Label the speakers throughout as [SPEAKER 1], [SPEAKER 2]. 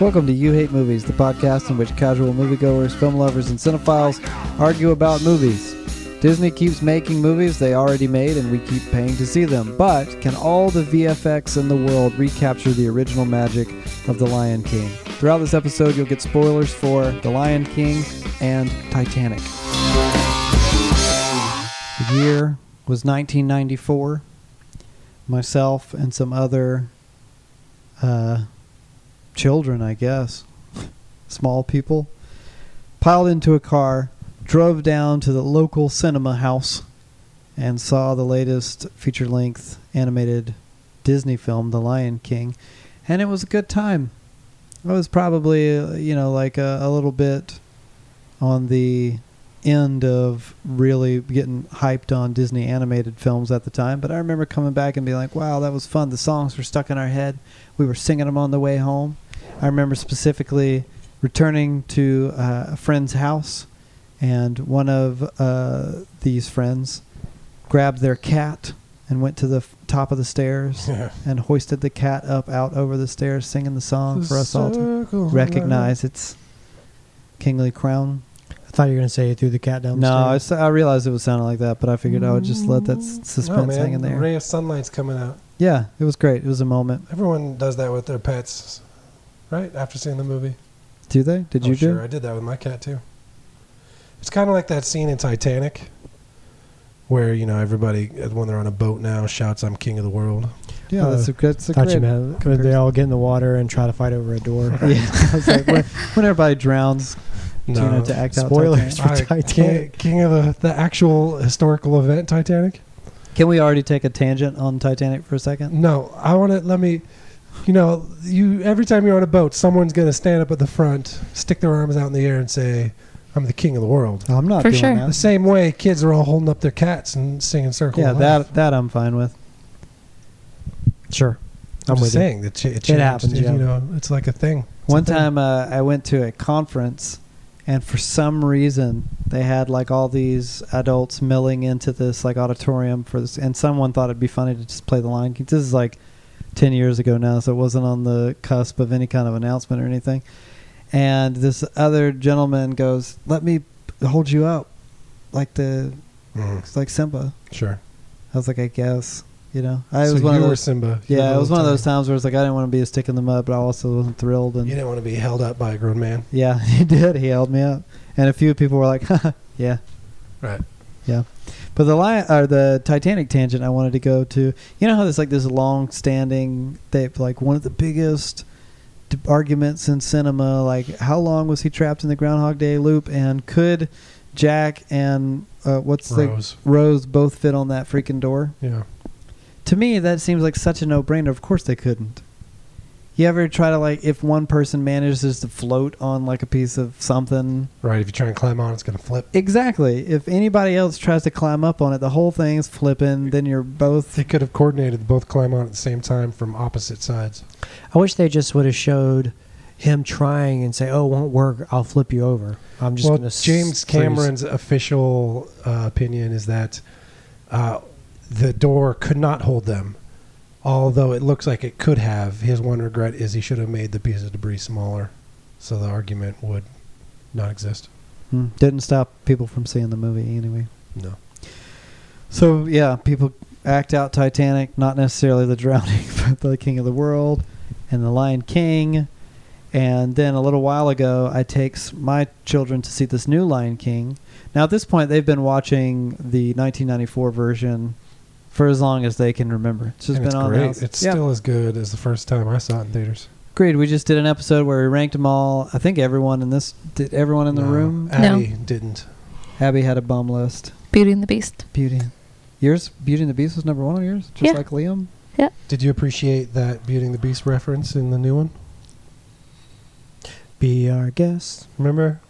[SPEAKER 1] Welcome to You Hate Movies, the podcast in which casual moviegoers, film lovers, and cinephiles argue about movies. Disney keeps making movies they already made and we keep paying to see them, but can all the VFX in the world recapture the original magic of The Lion King? Throughout this episode, you'll get spoilers for The Lion King and Titanic. The year was 1994. Myself and some other uh, children, I guess, small people, piled into a car, drove down to the local cinema house, and saw the latest feature length animated Disney film, The Lion King. And it was a good time. I was probably, uh, you know, like a, a little bit on the end of really getting hyped on Disney animated films at the time, but I remember coming back and being like, wow, that was fun. The songs were stuck in our head. We were singing them on the way home. I remember specifically returning to uh, a friend's house, and one of uh, these friends grabbed their cat and went to the f- top of the stairs and hoisted the cat up out over the stairs, singing the song for us all to recognize its kingly crown.
[SPEAKER 2] I thought you were gonna say you threw the cat down. The
[SPEAKER 1] No, I,
[SPEAKER 2] stairs.
[SPEAKER 1] s- I realized it was sounding like that, but I figured I would just let that s-
[SPEAKER 3] No,
[SPEAKER 1] suspense
[SPEAKER 3] Mm. Oh, man.
[SPEAKER 1] hang in
[SPEAKER 3] A
[SPEAKER 1] there.
[SPEAKER 3] ray of sunlight's coming out.
[SPEAKER 1] Yeah, it was great. It was a moment.
[SPEAKER 3] Everyone does that with their pets, right? After seeing the movie.
[SPEAKER 1] Do they? Did
[SPEAKER 3] Oh,
[SPEAKER 1] you
[SPEAKER 3] sure,
[SPEAKER 1] do?
[SPEAKER 3] I did that with my cat too. It's kind of like that scene in Titanic, where you know everybody uh, when they're on a boat now shouts, "I'm king of the world."
[SPEAKER 1] Yeah, Oh, that's a, that's a
[SPEAKER 2] thought you
[SPEAKER 1] great.
[SPEAKER 2] meant could they all get in the water and try to fight over a door.
[SPEAKER 1] Yeah, I was like, when, when everybody drowns, tune
[SPEAKER 3] No,
[SPEAKER 1] it to act out.
[SPEAKER 2] Spoilers
[SPEAKER 1] Titanic.
[SPEAKER 2] for
[SPEAKER 3] I- king,
[SPEAKER 2] Titanic.
[SPEAKER 3] king of the the actual historical event, Titanic.
[SPEAKER 1] Can we already take a tangent on Titanic for a second?
[SPEAKER 3] No, I want to let me. You know, you every time you're on a boat, someone's gonna stand up at the front, stick their arms out in the air, and say, "I'm the king of the world."
[SPEAKER 1] I'm not
[SPEAKER 4] For
[SPEAKER 1] doing
[SPEAKER 4] sure.
[SPEAKER 3] The
[SPEAKER 1] that.
[SPEAKER 3] same way kids are all holding up their cats and singing "Circle."
[SPEAKER 1] Yeah,
[SPEAKER 3] of Life.
[SPEAKER 1] that that I'm fine with.
[SPEAKER 2] Sure,
[SPEAKER 3] I'm
[SPEAKER 2] I'm
[SPEAKER 3] just
[SPEAKER 2] with you.
[SPEAKER 3] saying that ch- it, changed,
[SPEAKER 2] happens,
[SPEAKER 3] You
[SPEAKER 2] yeah.
[SPEAKER 3] know, it's like a thing. It's
[SPEAKER 1] One
[SPEAKER 3] a thing.
[SPEAKER 1] time uh, I went to a conference, and for some reason they had like all these adults milling into this like auditorium for this, and someone thought it'd be funny to just play the Lion King. This is like ten years ago now, so it wasn't on the cusp of any kind of announcement or anything. And this other gentleman goes, "Let me hold you up, like the
[SPEAKER 3] Mhm,
[SPEAKER 1] like Simba."
[SPEAKER 3] sure.
[SPEAKER 1] I was like, "I guess." You know, I
[SPEAKER 3] so
[SPEAKER 1] was one
[SPEAKER 3] you
[SPEAKER 1] of
[SPEAKER 3] were
[SPEAKER 1] those.
[SPEAKER 3] Simba. You
[SPEAKER 1] Yeah,
[SPEAKER 3] were
[SPEAKER 1] it was
[SPEAKER 3] little
[SPEAKER 1] one of those
[SPEAKER 3] tiny.
[SPEAKER 1] times where it's like I didn't want to be a stick in the mud, but I also wasn't thrilled. And
[SPEAKER 3] You didn't want to be held up by a grown man.
[SPEAKER 1] yeah, he did. He held me up, and a few people were like, "Yeah."
[SPEAKER 3] Right.
[SPEAKER 1] Yeah, but the lion or the Titanic tangent I wanted to go to. You know how there's like this long-standing, they like one of the biggest d- arguments in cinema. Like, how long was he trapped in the Groundhog Day loop, and could Jack and uh, what's
[SPEAKER 3] Rose.
[SPEAKER 1] the Rose both fit on that freaking door?
[SPEAKER 3] Yeah.
[SPEAKER 1] to me that seems like such a no-brainer of course they couldn't you ever try to like if one person manages to float on like a piece of something
[SPEAKER 3] Right. If you try and climb on, it's gonna flip.
[SPEAKER 1] exactly if anybody else tries to climb up on it the whole thing's flipping then you're both
[SPEAKER 3] They could have coordinated to both climb on at the same time from opposite sides.
[SPEAKER 2] I wish they just would have showed him trying and say, "Oh, it won't work. I'll flip you over." I'm just
[SPEAKER 3] well,
[SPEAKER 2] gonna. s-
[SPEAKER 3] James
[SPEAKER 2] freeze."
[SPEAKER 3] Cameron's official uh, opinion is that uh, the door could not hold them. Although it looks like it could have, his one regret is he should have made the piece of debris smaller, so the argument would not exist.
[SPEAKER 1] Hmm, didn't stop people from seeing the movie anyway
[SPEAKER 3] No.
[SPEAKER 1] so yeah people act out titanic not necessarily the drowning but the king of the world and the lion king and then a little while ago i takes my children to see this new lion king now at this point they've been watching the 1994 version for as long as they can remember it's just
[SPEAKER 3] And
[SPEAKER 1] been
[SPEAKER 3] it's
[SPEAKER 1] on the
[SPEAKER 3] great.
[SPEAKER 1] house.
[SPEAKER 3] It's
[SPEAKER 1] Yeah.
[SPEAKER 3] still as good as the first time I saw it in theaters.
[SPEAKER 1] Great. We just did an episode where we ranked them all. I think everyone in this did everyone in the
[SPEAKER 3] No,
[SPEAKER 1] room.
[SPEAKER 3] Abby didn't.
[SPEAKER 1] Abby had a bum list.
[SPEAKER 4] Beauty and the Beast.
[SPEAKER 1] Beauty. Yours, Beauty and the Beast was number one on yours, just
[SPEAKER 4] Yeah.
[SPEAKER 1] like Liam.
[SPEAKER 3] Did you appreciate that Beauty and the Beast reference in the new one?
[SPEAKER 2] Be uh, our guest.
[SPEAKER 3] Remember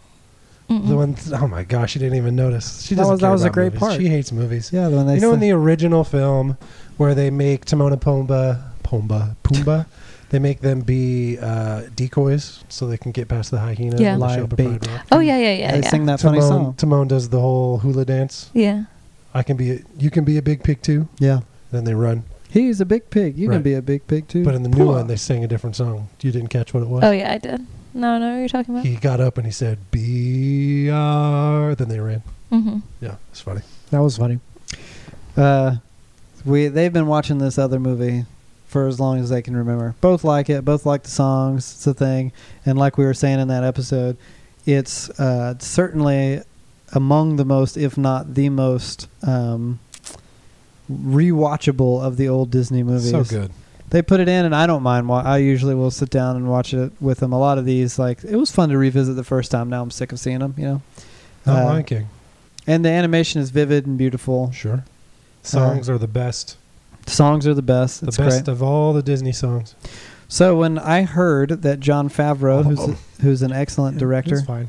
[SPEAKER 3] the
[SPEAKER 4] Mm-mm.
[SPEAKER 3] one? oh my gosh, she didn't even notice. She
[SPEAKER 2] That
[SPEAKER 3] doesn't
[SPEAKER 2] was- that
[SPEAKER 3] care
[SPEAKER 2] was a
[SPEAKER 3] about
[SPEAKER 2] great
[SPEAKER 3] movies.
[SPEAKER 2] part.
[SPEAKER 3] She hates movies.
[SPEAKER 1] Yeah, the one they
[SPEAKER 3] you know, in
[SPEAKER 1] said-
[SPEAKER 3] the original film where they make Timon and Pumbaa, Pumbaa, Pumbaa, they make them be uh, decoys so they can get past the hyena.
[SPEAKER 4] Yeah.
[SPEAKER 3] and the
[SPEAKER 2] Live
[SPEAKER 3] Shepherd
[SPEAKER 2] bait.
[SPEAKER 3] Pride Rock.
[SPEAKER 4] Oh yeah, yeah, yeah,
[SPEAKER 1] they
[SPEAKER 4] yeah.
[SPEAKER 1] sing that funny
[SPEAKER 3] Timon,
[SPEAKER 1] song.
[SPEAKER 3] Timon does the whole hula dance.
[SPEAKER 4] yeah.
[SPEAKER 3] I can be, a, you can be a big pig too.
[SPEAKER 1] Yeah,
[SPEAKER 3] Then they run.
[SPEAKER 1] He's a big pig. You can
[SPEAKER 3] Right.
[SPEAKER 1] be a big pig too.
[SPEAKER 3] But in the new
[SPEAKER 1] Pwah.
[SPEAKER 3] one, they sing a different song. You didn't catch what it was.
[SPEAKER 4] Oh yeah, I did. No, no, you're talking about.
[SPEAKER 3] He got up and he said, "BR." Then they ran.
[SPEAKER 4] Mm-hmm.
[SPEAKER 3] Yeah, it's funny.
[SPEAKER 2] That was funny.
[SPEAKER 1] Uh, we they've been watching this other movie for as long as they can remember. Both like it. Both like the songs. It's a thing. And like we were saying in that episode, it's uh, certainly among the most, if not the most, um, rewatchable of the old Disney movies.
[SPEAKER 3] So good.
[SPEAKER 1] They put it in, and I don't mind. Wa- I usually will sit down and watch it with them. A lot of these, like it was fun to revisit the first time. Now I'm sick of seeing them. You know.
[SPEAKER 3] Not
[SPEAKER 1] Uh,
[SPEAKER 3] Lion King.
[SPEAKER 1] And the animation is vivid and beautiful.
[SPEAKER 3] Sure. Songs are the best.
[SPEAKER 1] Songs are the best.
[SPEAKER 3] The
[SPEAKER 1] It's great.
[SPEAKER 3] best of all the Disney songs.
[SPEAKER 1] So when I heard that John
[SPEAKER 2] Oh.
[SPEAKER 1] Favreau, who's who's an excellent director,
[SPEAKER 3] It's fine.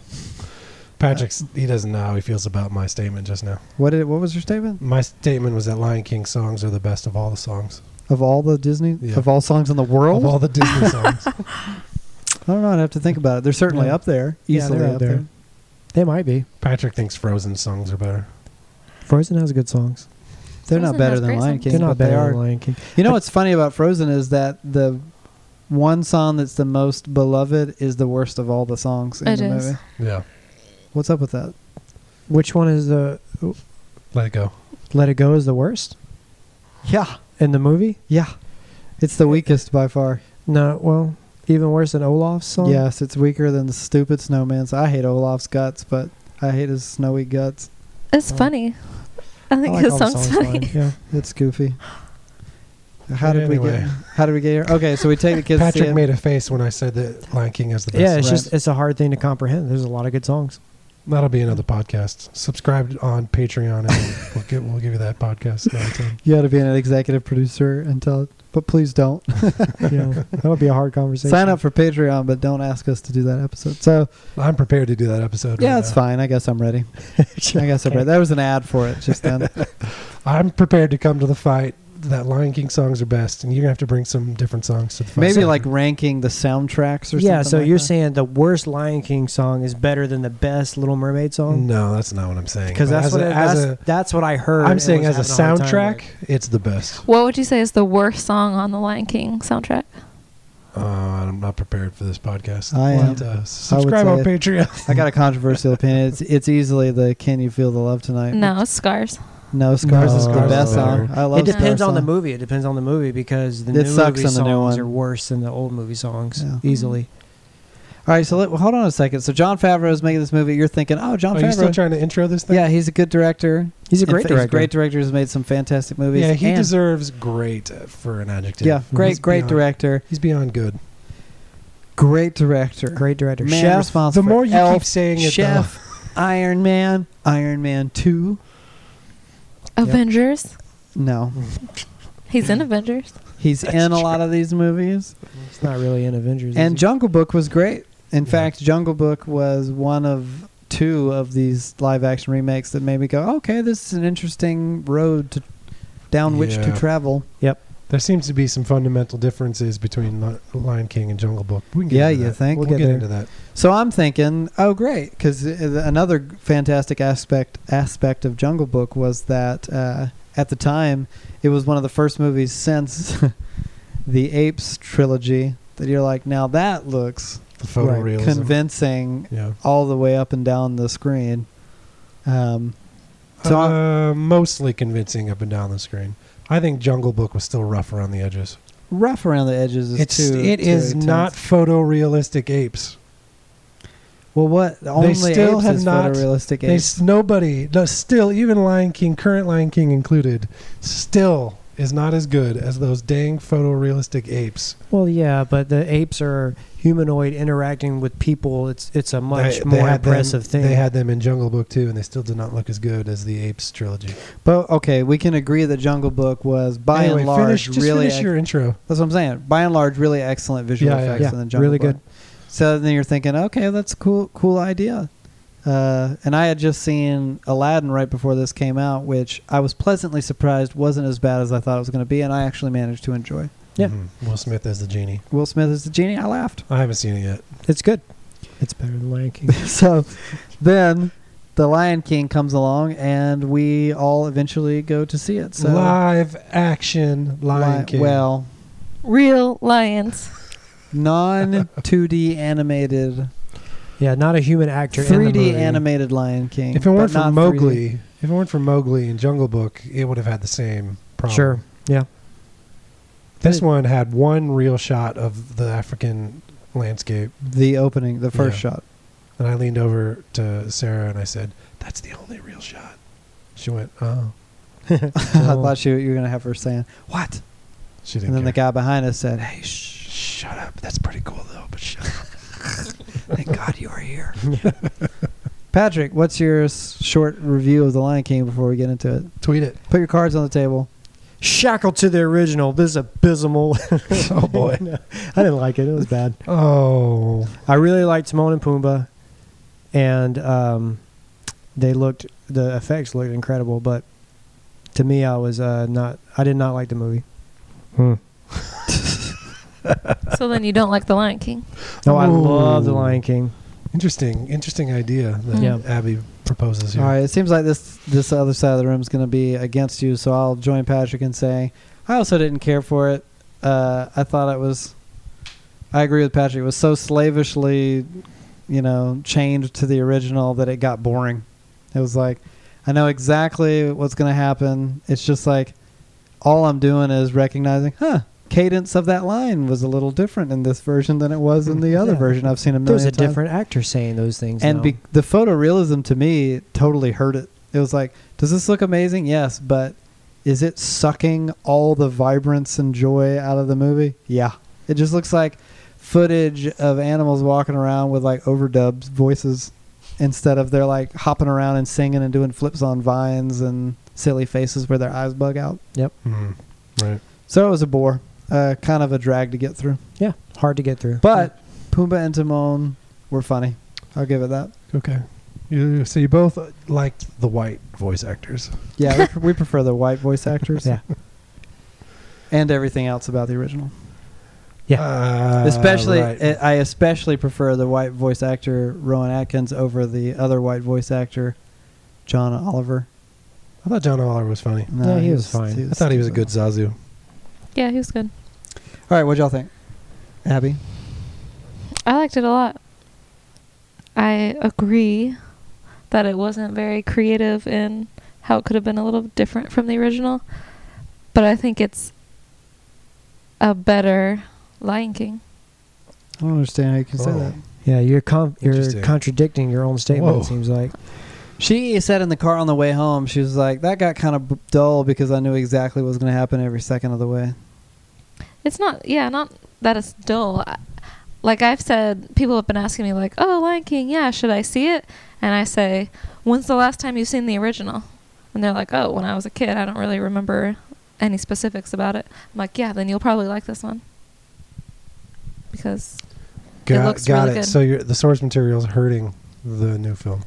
[SPEAKER 3] Patrick's. He doesn't know how he feels about my statement just now.
[SPEAKER 1] what did what was your statement
[SPEAKER 3] My statement was that Lion King songs are the best of all the songs.
[SPEAKER 1] of all the Disney
[SPEAKER 3] Yeah.
[SPEAKER 1] of all songs in the world?
[SPEAKER 3] Of all the Disney songs.
[SPEAKER 1] I don't know. I'd have to think about it. They're certainly
[SPEAKER 2] Yeah.
[SPEAKER 1] up there,
[SPEAKER 2] Yeah,
[SPEAKER 1] easily
[SPEAKER 2] they're
[SPEAKER 1] up,
[SPEAKER 2] up there.
[SPEAKER 1] there.
[SPEAKER 2] They might be.
[SPEAKER 3] Patrick thinks Frozen songs are better.
[SPEAKER 2] Frozen has good songs.
[SPEAKER 1] They're not
[SPEAKER 4] Frozen
[SPEAKER 1] better
[SPEAKER 4] has
[SPEAKER 1] than
[SPEAKER 4] great
[SPEAKER 1] Lion
[SPEAKER 4] songs.
[SPEAKER 1] King,
[SPEAKER 2] They're
[SPEAKER 1] but
[SPEAKER 2] not
[SPEAKER 1] they
[SPEAKER 2] better
[SPEAKER 1] are.
[SPEAKER 2] than Lion King.
[SPEAKER 1] you know what's funny about Frozen is that the one song that's the most beloved is the worst of all the songs in
[SPEAKER 4] It
[SPEAKER 1] the
[SPEAKER 4] is.
[SPEAKER 1] movie.
[SPEAKER 3] Yeah.
[SPEAKER 1] What's up with that?
[SPEAKER 2] Which one is the
[SPEAKER 3] Let it go.
[SPEAKER 2] Let It Go is the worst
[SPEAKER 1] Yeah,
[SPEAKER 2] in the movie?
[SPEAKER 1] yeah. It's the weakest by far.
[SPEAKER 2] No, well, even worse than Olaf's song.
[SPEAKER 1] Yes, it's weaker than the stupid snowman's. I hate Olaf's guts, but I hate his snowy guts.
[SPEAKER 4] It's
[SPEAKER 2] Oh.
[SPEAKER 4] funny. I
[SPEAKER 2] I
[SPEAKER 4] think
[SPEAKER 2] like
[SPEAKER 4] his
[SPEAKER 2] all the
[SPEAKER 4] song's
[SPEAKER 2] songs
[SPEAKER 4] funny.
[SPEAKER 2] fine. Yeah.
[SPEAKER 1] It's goofy. How did we get?
[SPEAKER 3] Anyway.
[SPEAKER 1] How did we get here? Okay, so we take the kids. to see
[SPEAKER 3] Patrick
[SPEAKER 1] it.
[SPEAKER 3] made a face when I said that Lion King has the best.
[SPEAKER 2] Yeah, it's
[SPEAKER 1] Right.
[SPEAKER 2] just it's a hard thing to comprehend. There's a lot of good songs.
[SPEAKER 3] That'll be another podcast. Subscribe on Patreon, and we'll, get, we'll give you that podcast. another time.
[SPEAKER 1] You got to be an executive producer and tell, but please don't
[SPEAKER 2] Yeah, that'll be a hard conversation.
[SPEAKER 1] sign up for Patreon, but don't ask us to do that episode. So
[SPEAKER 3] I'm prepared to do that episode.
[SPEAKER 1] yeah,
[SPEAKER 3] right
[SPEAKER 1] it's
[SPEAKER 3] now.
[SPEAKER 1] fine. I guess I'm ready. I guess I'm ready. There was an ad for it just then.
[SPEAKER 3] I'm prepared to come to the fight that Lion King songs are best, and you're gonna have to bring some different songs to the fight.
[SPEAKER 1] Maybe like ranking the soundtracks or something.
[SPEAKER 2] yeah, so
[SPEAKER 1] like
[SPEAKER 2] you're
[SPEAKER 1] that.
[SPEAKER 2] saying the worst Lion King song is better than the best Little Mermaid song?
[SPEAKER 3] no, that's not what I'm saying.
[SPEAKER 2] Because
[SPEAKER 3] But
[SPEAKER 2] that's
[SPEAKER 3] as
[SPEAKER 2] what
[SPEAKER 3] a,
[SPEAKER 2] I-
[SPEAKER 3] as
[SPEAKER 2] that's, that's what I
[SPEAKER 3] a,
[SPEAKER 2] heard.
[SPEAKER 3] I'm
[SPEAKER 2] and
[SPEAKER 3] saying
[SPEAKER 2] was
[SPEAKER 3] as a
[SPEAKER 2] having hard time
[SPEAKER 3] soundtrack,
[SPEAKER 2] with.
[SPEAKER 3] it's the best.
[SPEAKER 4] What would you say is the worst song on the Lion King soundtrack?
[SPEAKER 3] Uh, I'm not prepared for this podcast.
[SPEAKER 1] I am.
[SPEAKER 3] But, uh, subscribe
[SPEAKER 1] say
[SPEAKER 3] on
[SPEAKER 1] it-
[SPEAKER 3] Patreon.
[SPEAKER 1] I got a controversial opinion. It's it's easily the "Can You Feel the Love Tonight?"
[SPEAKER 4] No, it's Scars.
[SPEAKER 1] no scars is
[SPEAKER 3] Scars
[SPEAKER 1] the
[SPEAKER 3] is
[SPEAKER 1] best
[SPEAKER 3] better.
[SPEAKER 1] song. I love.
[SPEAKER 2] It depends
[SPEAKER 1] Scar
[SPEAKER 2] on the
[SPEAKER 1] song.
[SPEAKER 2] movie. It depends on the movie because the
[SPEAKER 1] It
[SPEAKER 2] new
[SPEAKER 1] sucks
[SPEAKER 2] movie
[SPEAKER 1] on the new
[SPEAKER 2] songs
[SPEAKER 1] one.
[SPEAKER 2] are worse than the old movie songs Mm-hmm.
[SPEAKER 1] Yeah.
[SPEAKER 2] easily.
[SPEAKER 1] All right, so let, well, hold on a second. So John Favreau is making this movie. You're thinking, oh, John
[SPEAKER 3] Are you still
[SPEAKER 1] Favreau.
[SPEAKER 3] trying to intro this thing?
[SPEAKER 1] Yeah, he's a good director.
[SPEAKER 2] He's a
[SPEAKER 1] In
[SPEAKER 2] great
[SPEAKER 1] fa-
[SPEAKER 2] director.
[SPEAKER 1] He's a great director. He's made some fantastic movies.
[SPEAKER 3] Yeah, he
[SPEAKER 1] and-
[SPEAKER 3] deserves great uh, for an adjective.
[SPEAKER 1] Yeah,
[SPEAKER 3] He's
[SPEAKER 1] great, great
[SPEAKER 3] beyond-
[SPEAKER 1] director.
[SPEAKER 3] He's beyond good.
[SPEAKER 1] Great director.
[SPEAKER 2] Great director.
[SPEAKER 1] Man
[SPEAKER 2] Chef.
[SPEAKER 1] responsible.
[SPEAKER 3] The
[SPEAKER 1] for
[SPEAKER 3] more you
[SPEAKER 1] Elf,
[SPEAKER 3] keep saying it,
[SPEAKER 1] Chef, Iron Man, Iron Man Two.
[SPEAKER 4] Avengers.
[SPEAKER 1] No,
[SPEAKER 4] He's in Avengers.
[SPEAKER 1] he's in a lot of these movies.
[SPEAKER 2] It's not really in Avengers. is
[SPEAKER 1] And
[SPEAKER 2] it?
[SPEAKER 1] Jungle Book was great. In
[SPEAKER 3] Yeah.
[SPEAKER 1] fact, Jungle Book was one of two of these live action remakes that made me go, okay, this is an interesting road to down which to
[SPEAKER 3] Yeah.
[SPEAKER 1] travel.
[SPEAKER 3] There seems to be some fundamental differences between Li- Lion King and Jungle Book. We can get
[SPEAKER 1] Yeah,
[SPEAKER 3] into
[SPEAKER 1] you
[SPEAKER 3] that.
[SPEAKER 1] think?
[SPEAKER 3] We'll,
[SPEAKER 1] We'll
[SPEAKER 3] get,
[SPEAKER 1] get
[SPEAKER 3] into that.
[SPEAKER 1] So I'm thinking, oh great, because another fantastic aspect aspect of Jungle Book was that uh, at the time it was one of the first movies since the Apes trilogy that you're like, now that looks
[SPEAKER 3] The photorealism.
[SPEAKER 1] convincing
[SPEAKER 3] yeah.
[SPEAKER 1] all the way up and down the screen. Um, So
[SPEAKER 3] uh, mostly convincing up and down the screen. I think Jungle Book was still rough around the edges.
[SPEAKER 1] rough around the edges is
[SPEAKER 3] It's
[SPEAKER 1] too.
[SPEAKER 3] it
[SPEAKER 1] too
[SPEAKER 3] is
[SPEAKER 1] intense.
[SPEAKER 3] not photorealistic apes.
[SPEAKER 1] Well, what only
[SPEAKER 3] still
[SPEAKER 1] apes
[SPEAKER 3] have
[SPEAKER 1] is
[SPEAKER 3] not-
[SPEAKER 1] photorealistic
[SPEAKER 3] They
[SPEAKER 1] apes.
[SPEAKER 3] s nobody no, still even Lion King, current Lion King included, still is not as good as those dang photorealistic apes.
[SPEAKER 2] well, yeah, but the apes are humanoid interacting with people. It's it's a much
[SPEAKER 3] They- they
[SPEAKER 2] more
[SPEAKER 3] had them-
[SPEAKER 2] impressive thing.
[SPEAKER 3] They had them in Jungle Book too, and they still did not look as good as the apes trilogy.
[SPEAKER 1] But okay, we can agree that Jungle Book was by
[SPEAKER 3] anyway,
[SPEAKER 1] and large
[SPEAKER 3] finish, just
[SPEAKER 1] really
[SPEAKER 3] finish your intro.
[SPEAKER 1] That's what I'm saying. By and large, really excellent visual
[SPEAKER 3] Yeah, yeah,
[SPEAKER 1] effects
[SPEAKER 2] yeah.
[SPEAKER 1] in the Jungle
[SPEAKER 2] Really
[SPEAKER 1] Book.
[SPEAKER 2] good.
[SPEAKER 1] So then you're thinking, okay, that's a cool, cool idea. Uh, and I had just seen Aladdin right before this came out, which I was pleasantly surprised wasn't as bad as I thought it was going to be, and I actually managed to enjoy.
[SPEAKER 2] Yeah.
[SPEAKER 3] Mhm. Will Smith as the genie.
[SPEAKER 1] Will Smith is the genie. I laughed.
[SPEAKER 3] I haven't seen it yet.
[SPEAKER 2] it's good. It's better than Lion King.
[SPEAKER 1] so then The Lion King comes along, and we all eventually go to see it. So
[SPEAKER 3] live action Lion
[SPEAKER 1] Li-
[SPEAKER 3] King.
[SPEAKER 1] Well,
[SPEAKER 4] Real lions.
[SPEAKER 1] non 2D animated,
[SPEAKER 2] Yeah, not a human actor. in the
[SPEAKER 1] 3D
[SPEAKER 2] movie.
[SPEAKER 1] animated Lion King.
[SPEAKER 3] if it weren't
[SPEAKER 1] but
[SPEAKER 3] for
[SPEAKER 1] not 3D.
[SPEAKER 3] Mowgli, if it weren't for Mowgli and Jungle Book, it would have had the same problem.
[SPEAKER 2] Sure. Yeah.
[SPEAKER 3] This one had one real shot of the African landscape,
[SPEAKER 1] the opening, the first
[SPEAKER 3] Yeah.
[SPEAKER 1] shot.
[SPEAKER 3] and I leaned over to Sarah and I said, "That's the only real shot." She went, "Oh."
[SPEAKER 1] I thought you, you were going to have her saying, What?
[SPEAKER 3] She didn't.
[SPEAKER 1] And then the
[SPEAKER 3] care.
[SPEAKER 1] guy behind us said, Hey, shh,
[SPEAKER 3] "Shut up. That's pretty cool though, but shut up."
[SPEAKER 1] thank God you are here. Patrick, what's your s- short review of The Lion King before we get into it?
[SPEAKER 3] Tweet it.
[SPEAKER 1] Put your cards on the table.
[SPEAKER 2] Shackled to the original. This is abysmal.
[SPEAKER 3] Oh boy.
[SPEAKER 2] No, I didn't like it. It was bad.
[SPEAKER 3] oh.
[SPEAKER 2] I really liked Timon and Pumbaa, and um, they looked the effects looked incredible. But to me, I was uh, not. I did not like the movie.
[SPEAKER 4] So then you don't like the Lion King.
[SPEAKER 2] No, I love The
[SPEAKER 3] Ooh.
[SPEAKER 2] Lion King.
[SPEAKER 3] Interesting, interesting idea that
[SPEAKER 2] Yeah.
[SPEAKER 3] Abby proposes here.
[SPEAKER 1] All right, it seems like this this other side of the room is going to be against you, so I'll join Patrick in saying I also didn't care for it. Uh, I thought it was. I agree with Patrick. It was so slavishly, you know, chained to the original that it got boring. It was like, I know exactly what's going to happen. It's just like, all I'm doing is recognizing, huh? Cadence of that line was a little different in this version than it was in the other
[SPEAKER 2] Yeah.
[SPEAKER 1] version. I've seen a million.
[SPEAKER 2] There's a
[SPEAKER 1] times
[SPEAKER 2] different actor saying those things.
[SPEAKER 1] and
[SPEAKER 2] now.
[SPEAKER 1] be, the photorealism to me totally hurt it. It was like, does this look amazing? Yes, but is it sucking all the vibrance and joy out of the movie? Yeah, it just looks like footage of animals walking around with like overdubs voices instead of they're like hopping around and singing and doing flips on vines and silly faces where their eyes bug out.
[SPEAKER 3] Hmm. Right.
[SPEAKER 1] So it was a bore, uh, kind of a drag to get through.
[SPEAKER 2] yeah, hard to get through.
[SPEAKER 1] But Pumbaa and Timon were funny. I'll give it that.
[SPEAKER 3] Okay. You, so you both liked the white voice actors.
[SPEAKER 1] Yeah, we, pr- we prefer the white voice actors.
[SPEAKER 2] Yeah.
[SPEAKER 1] And everything else about the original.
[SPEAKER 2] Yeah.
[SPEAKER 3] Uh,
[SPEAKER 1] especially, eh,
[SPEAKER 3] right.
[SPEAKER 1] I I especially prefer the white voice actor Rowan Atkins over the other white voice actor John Oliver.
[SPEAKER 3] I thought John Oliver was funny.
[SPEAKER 1] No,
[SPEAKER 2] Yeah, he was fine.
[SPEAKER 3] I thought he was a good Zazu.
[SPEAKER 4] Yeah, he was good.
[SPEAKER 1] All right, what y'all think, Abby?
[SPEAKER 4] I liked it a lot. I agree that it wasn't very creative in how it could have been a little different from the original, but I think it's a better Lion King.
[SPEAKER 1] I don't understand how you can say
[SPEAKER 3] Oh.
[SPEAKER 1] that.
[SPEAKER 2] yeah, you're com- you're
[SPEAKER 3] Interesting.
[SPEAKER 2] contradicting your own statement.
[SPEAKER 3] Whoa.
[SPEAKER 2] It seems like
[SPEAKER 1] She said in the car on the way home, she was like, "That got kind of dull because I knew exactly what was going to happen every second of the way."
[SPEAKER 4] It's not, yeah, not that it's dull. I- Like I've said, people have been asking me, like, oh, Lion King, yeah, should I see it? And I say, when's the last time you've seen the original? And they're like, oh, when I was a kid, I don't really remember any specifics about it. I'm like, yeah, then you'll probably like this one. Because,
[SPEAKER 3] Got,
[SPEAKER 4] looks
[SPEAKER 3] got
[SPEAKER 4] really
[SPEAKER 3] it.
[SPEAKER 4] good.
[SPEAKER 3] So you're, the source material is hurting the new film.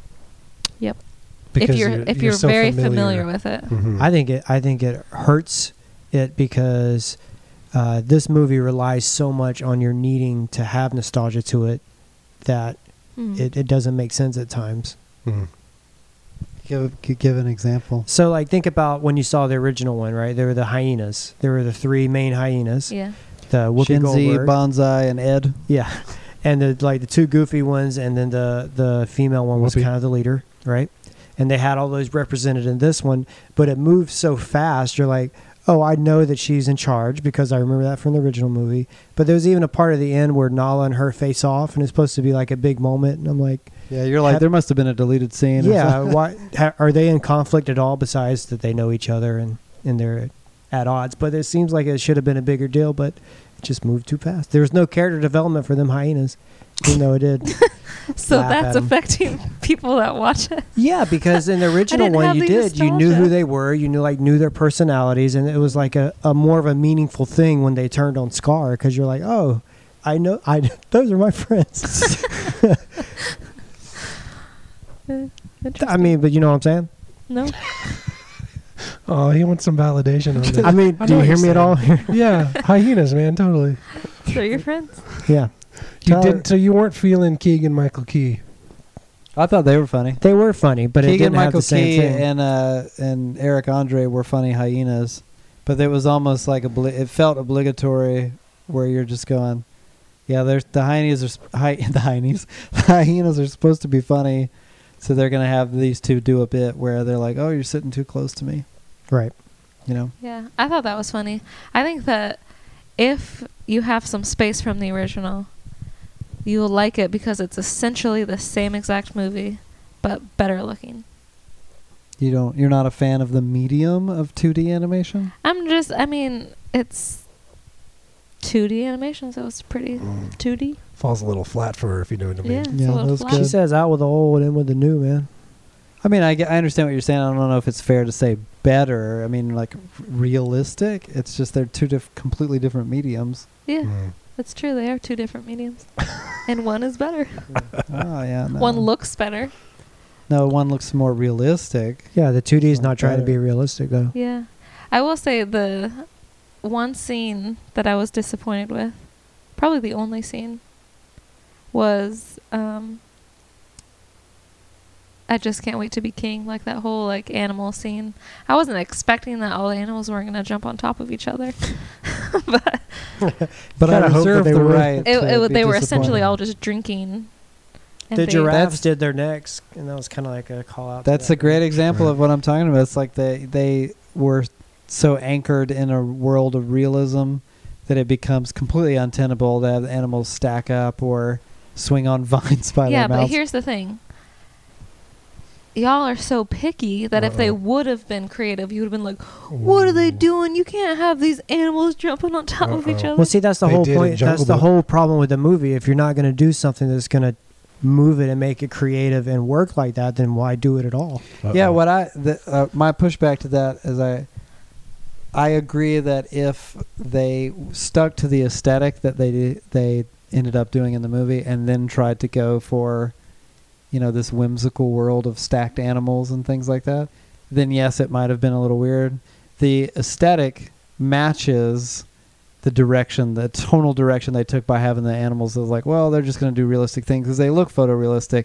[SPEAKER 4] Yep. if you're, if you're, very familiar, with it,
[SPEAKER 3] Mhm.
[SPEAKER 2] I think it. I think it hurts it because uh, this movie relies so much on your needing to have nostalgia to it that
[SPEAKER 4] Mm.
[SPEAKER 2] it, it doesn't make sense at times.
[SPEAKER 3] Mhm.
[SPEAKER 1] Give give an example.
[SPEAKER 2] So like think about when you saw the original one, right? There were the hyenas. There were the three main hyenas.
[SPEAKER 4] yeah,
[SPEAKER 2] The Whoopi
[SPEAKER 1] Shinzi,
[SPEAKER 2] Goldberg.
[SPEAKER 1] Bonsai, and Ed.
[SPEAKER 2] yeah. And the like the two goofy ones and then the the female one was
[SPEAKER 3] Whoopi.
[SPEAKER 2] kind of the leader, right? And they had all those represented in this one, but it moved so fast you're like, Oh, I know that she's in charge because I remember that from the original movie. But there was even a part of the end where Nala and her face off and it's supposed to be like a big moment and I'm like
[SPEAKER 1] Yeah, you're like,
[SPEAKER 2] Had-
[SPEAKER 1] there must have been a deleted scene. or
[SPEAKER 2] yeah,
[SPEAKER 1] something."
[SPEAKER 2] why ha, are they in conflict at all? Besides that, they know each other and and they're at odds. But it seems like it should have been a bigger deal, but it just moved too fast. There was no character development for them hyenas, even though it did.
[SPEAKER 4] so
[SPEAKER 2] Laugh at
[SPEAKER 4] that's
[SPEAKER 2] 'em.
[SPEAKER 4] affecting people that watch it.
[SPEAKER 2] yeah, because in the original
[SPEAKER 4] didn't
[SPEAKER 2] one,
[SPEAKER 4] have
[SPEAKER 2] you
[SPEAKER 4] the
[SPEAKER 2] did. You knew who
[SPEAKER 4] nostalgia.
[SPEAKER 2] they were. You knew like knew their personalities, and it was like a, a more of a meaningful thing when they turned on Scar because you're like, oh, I know, I those are my friends. I mean, but you know what I'm saying.
[SPEAKER 4] No,
[SPEAKER 3] Oh, he wants some validation on
[SPEAKER 2] I
[SPEAKER 3] that.
[SPEAKER 2] mean,
[SPEAKER 3] I
[SPEAKER 2] do
[SPEAKER 3] know
[SPEAKER 2] you hear
[SPEAKER 3] what
[SPEAKER 2] me at
[SPEAKER 3] you're
[SPEAKER 2] all?
[SPEAKER 3] yeah, hyenas, man, totally.
[SPEAKER 4] they're your friends.
[SPEAKER 2] yeah.
[SPEAKER 3] You
[SPEAKER 2] Tyler-
[SPEAKER 3] didn't. So you weren't feeling Keegan Michael Key.
[SPEAKER 1] I thought they were funny.
[SPEAKER 2] They were funny, but it
[SPEAKER 1] Keegan
[SPEAKER 2] didn't have
[SPEAKER 1] Michael
[SPEAKER 2] the same
[SPEAKER 1] Key
[SPEAKER 2] thing.
[SPEAKER 1] and uh, and Eric Andre were funny hyenas, but it was almost like obli- it felt obligatory where you're just going, yeah, there's the hyenas are sp- hy- the hyenas the hyenas are supposed to be funny, so they're gonna have these two do a bit where they're like, oh, you're sitting too close to me,
[SPEAKER 2] right.
[SPEAKER 1] you know.
[SPEAKER 4] Yeah, I thought that was funny. I think that if you have some space from the original, you'll like it because it's essentially the same exact movie, but better looking.
[SPEAKER 1] You don't. You're not a fan of the medium of 2D animation.
[SPEAKER 4] I'm just, I mean, it's 2D animation, so it's pretty
[SPEAKER 3] Mm.
[SPEAKER 4] 2D.
[SPEAKER 3] Falls a little flat for her, if you know what I mean.
[SPEAKER 4] Yeah, it's
[SPEAKER 1] Yeah,
[SPEAKER 4] a
[SPEAKER 1] that
[SPEAKER 4] little
[SPEAKER 1] was
[SPEAKER 4] flat.
[SPEAKER 2] She
[SPEAKER 1] good.
[SPEAKER 2] says out with the old, in with the new, man.
[SPEAKER 1] I mean, I, ge- I understand what you're saying. I don't know if it's fair to say better. I mean, like r- realistic. It's just they're two diff- completely different mediums.
[SPEAKER 4] Yeah,
[SPEAKER 3] Mm.
[SPEAKER 4] that's true. They are two different mediums, and one is better.
[SPEAKER 1] oh yeah. No.
[SPEAKER 4] One looks better.
[SPEAKER 1] No, one looks more realistic.
[SPEAKER 2] Yeah, the 2D is
[SPEAKER 1] Like
[SPEAKER 2] not trying to be
[SPEAKER 1] better.
[SPEAKER 2] realistic though.
[SPEAKER 4] Yeah. I will say the one scene that I was disappointed with, probably the only scene, was um I just can't wait to be king, like that whole like animal scene. I wasn't expecting that all the animals were gonna jump on top of each other. but
[SPEAKER 1] But I
[SPEAKER 2] Kinda hope that
[SPEAKER 1] reserve
[SPEAKER 2] they
[SPEAKER 1] the
[SPEAKER 2] were.
[SPEAKER 1] right.
[SPEAKER 4] it,
[SPEAKER 1] to
[SPEAKER 4] it,
[SPEAKER 1] be
[SPEAKER 4] they were essentially
[SPEAKER 1] disappointed.
[SPEAKER 4] all just drinking. and
[SPEAKER 2] The
[SPEAKER 4] they-
[SPEAKER 2] giraffes did their necks, and that was kind of like a call out. to
[SPEAKER 1] That's
[SPEAKER 2] that.
[SPEAKER 1] a great example of what I'm talking about. It's like they they were so anchored in a world of realism that it becomes completely untenable to have the animals stack up or swing on vines by
[SPEAKER 4] yeah,
[SPEAKER 1] their mouths.
[SPEAKER 4] but here's the thing. Y'all are so picky that if they
[SPEAKER 3] Uh-oh.
[SPEAKER 4] would have been creative, you would have been like, "What are they
[SPEAKER 3] Ooh.
[SPEAKER 4] doing? You can't have these animals jumping on top of each
[SPEAKER 3] Uh-oh.
[SPEAKER 4] other."
[SPEAKER 2] Well, see, that's the
[SPEAKER 3] They
[SPEAKER 2] whole
[SPEAKER 3] did in
[SPEAKER 2] point. That's
[SPEAKER 3] Jungle
[SPEAKER 2] the
[SPEAKER 3] Book.
[SPEAKER 2] whole problem with the movie. If you're not going to do something that's going to move it and make it creative and work like that, then why do it at all?
[SPEAKER 1] Yeah,
[SPEAKER 3] Uh-oh.
[SPEAKER 1] what I the, uh, my pushback to that is I I agree that if they stuck to the aesthetic that they they ended up doing in the movie and then tried to go for you know this whimsical world of stacked animals and things like that, then yes, it might have been a little weird. The aesthetic matches the direction, the tonal direction they took by having the animals. It was like, well, they're just going to do realistic things because they look photorealistic,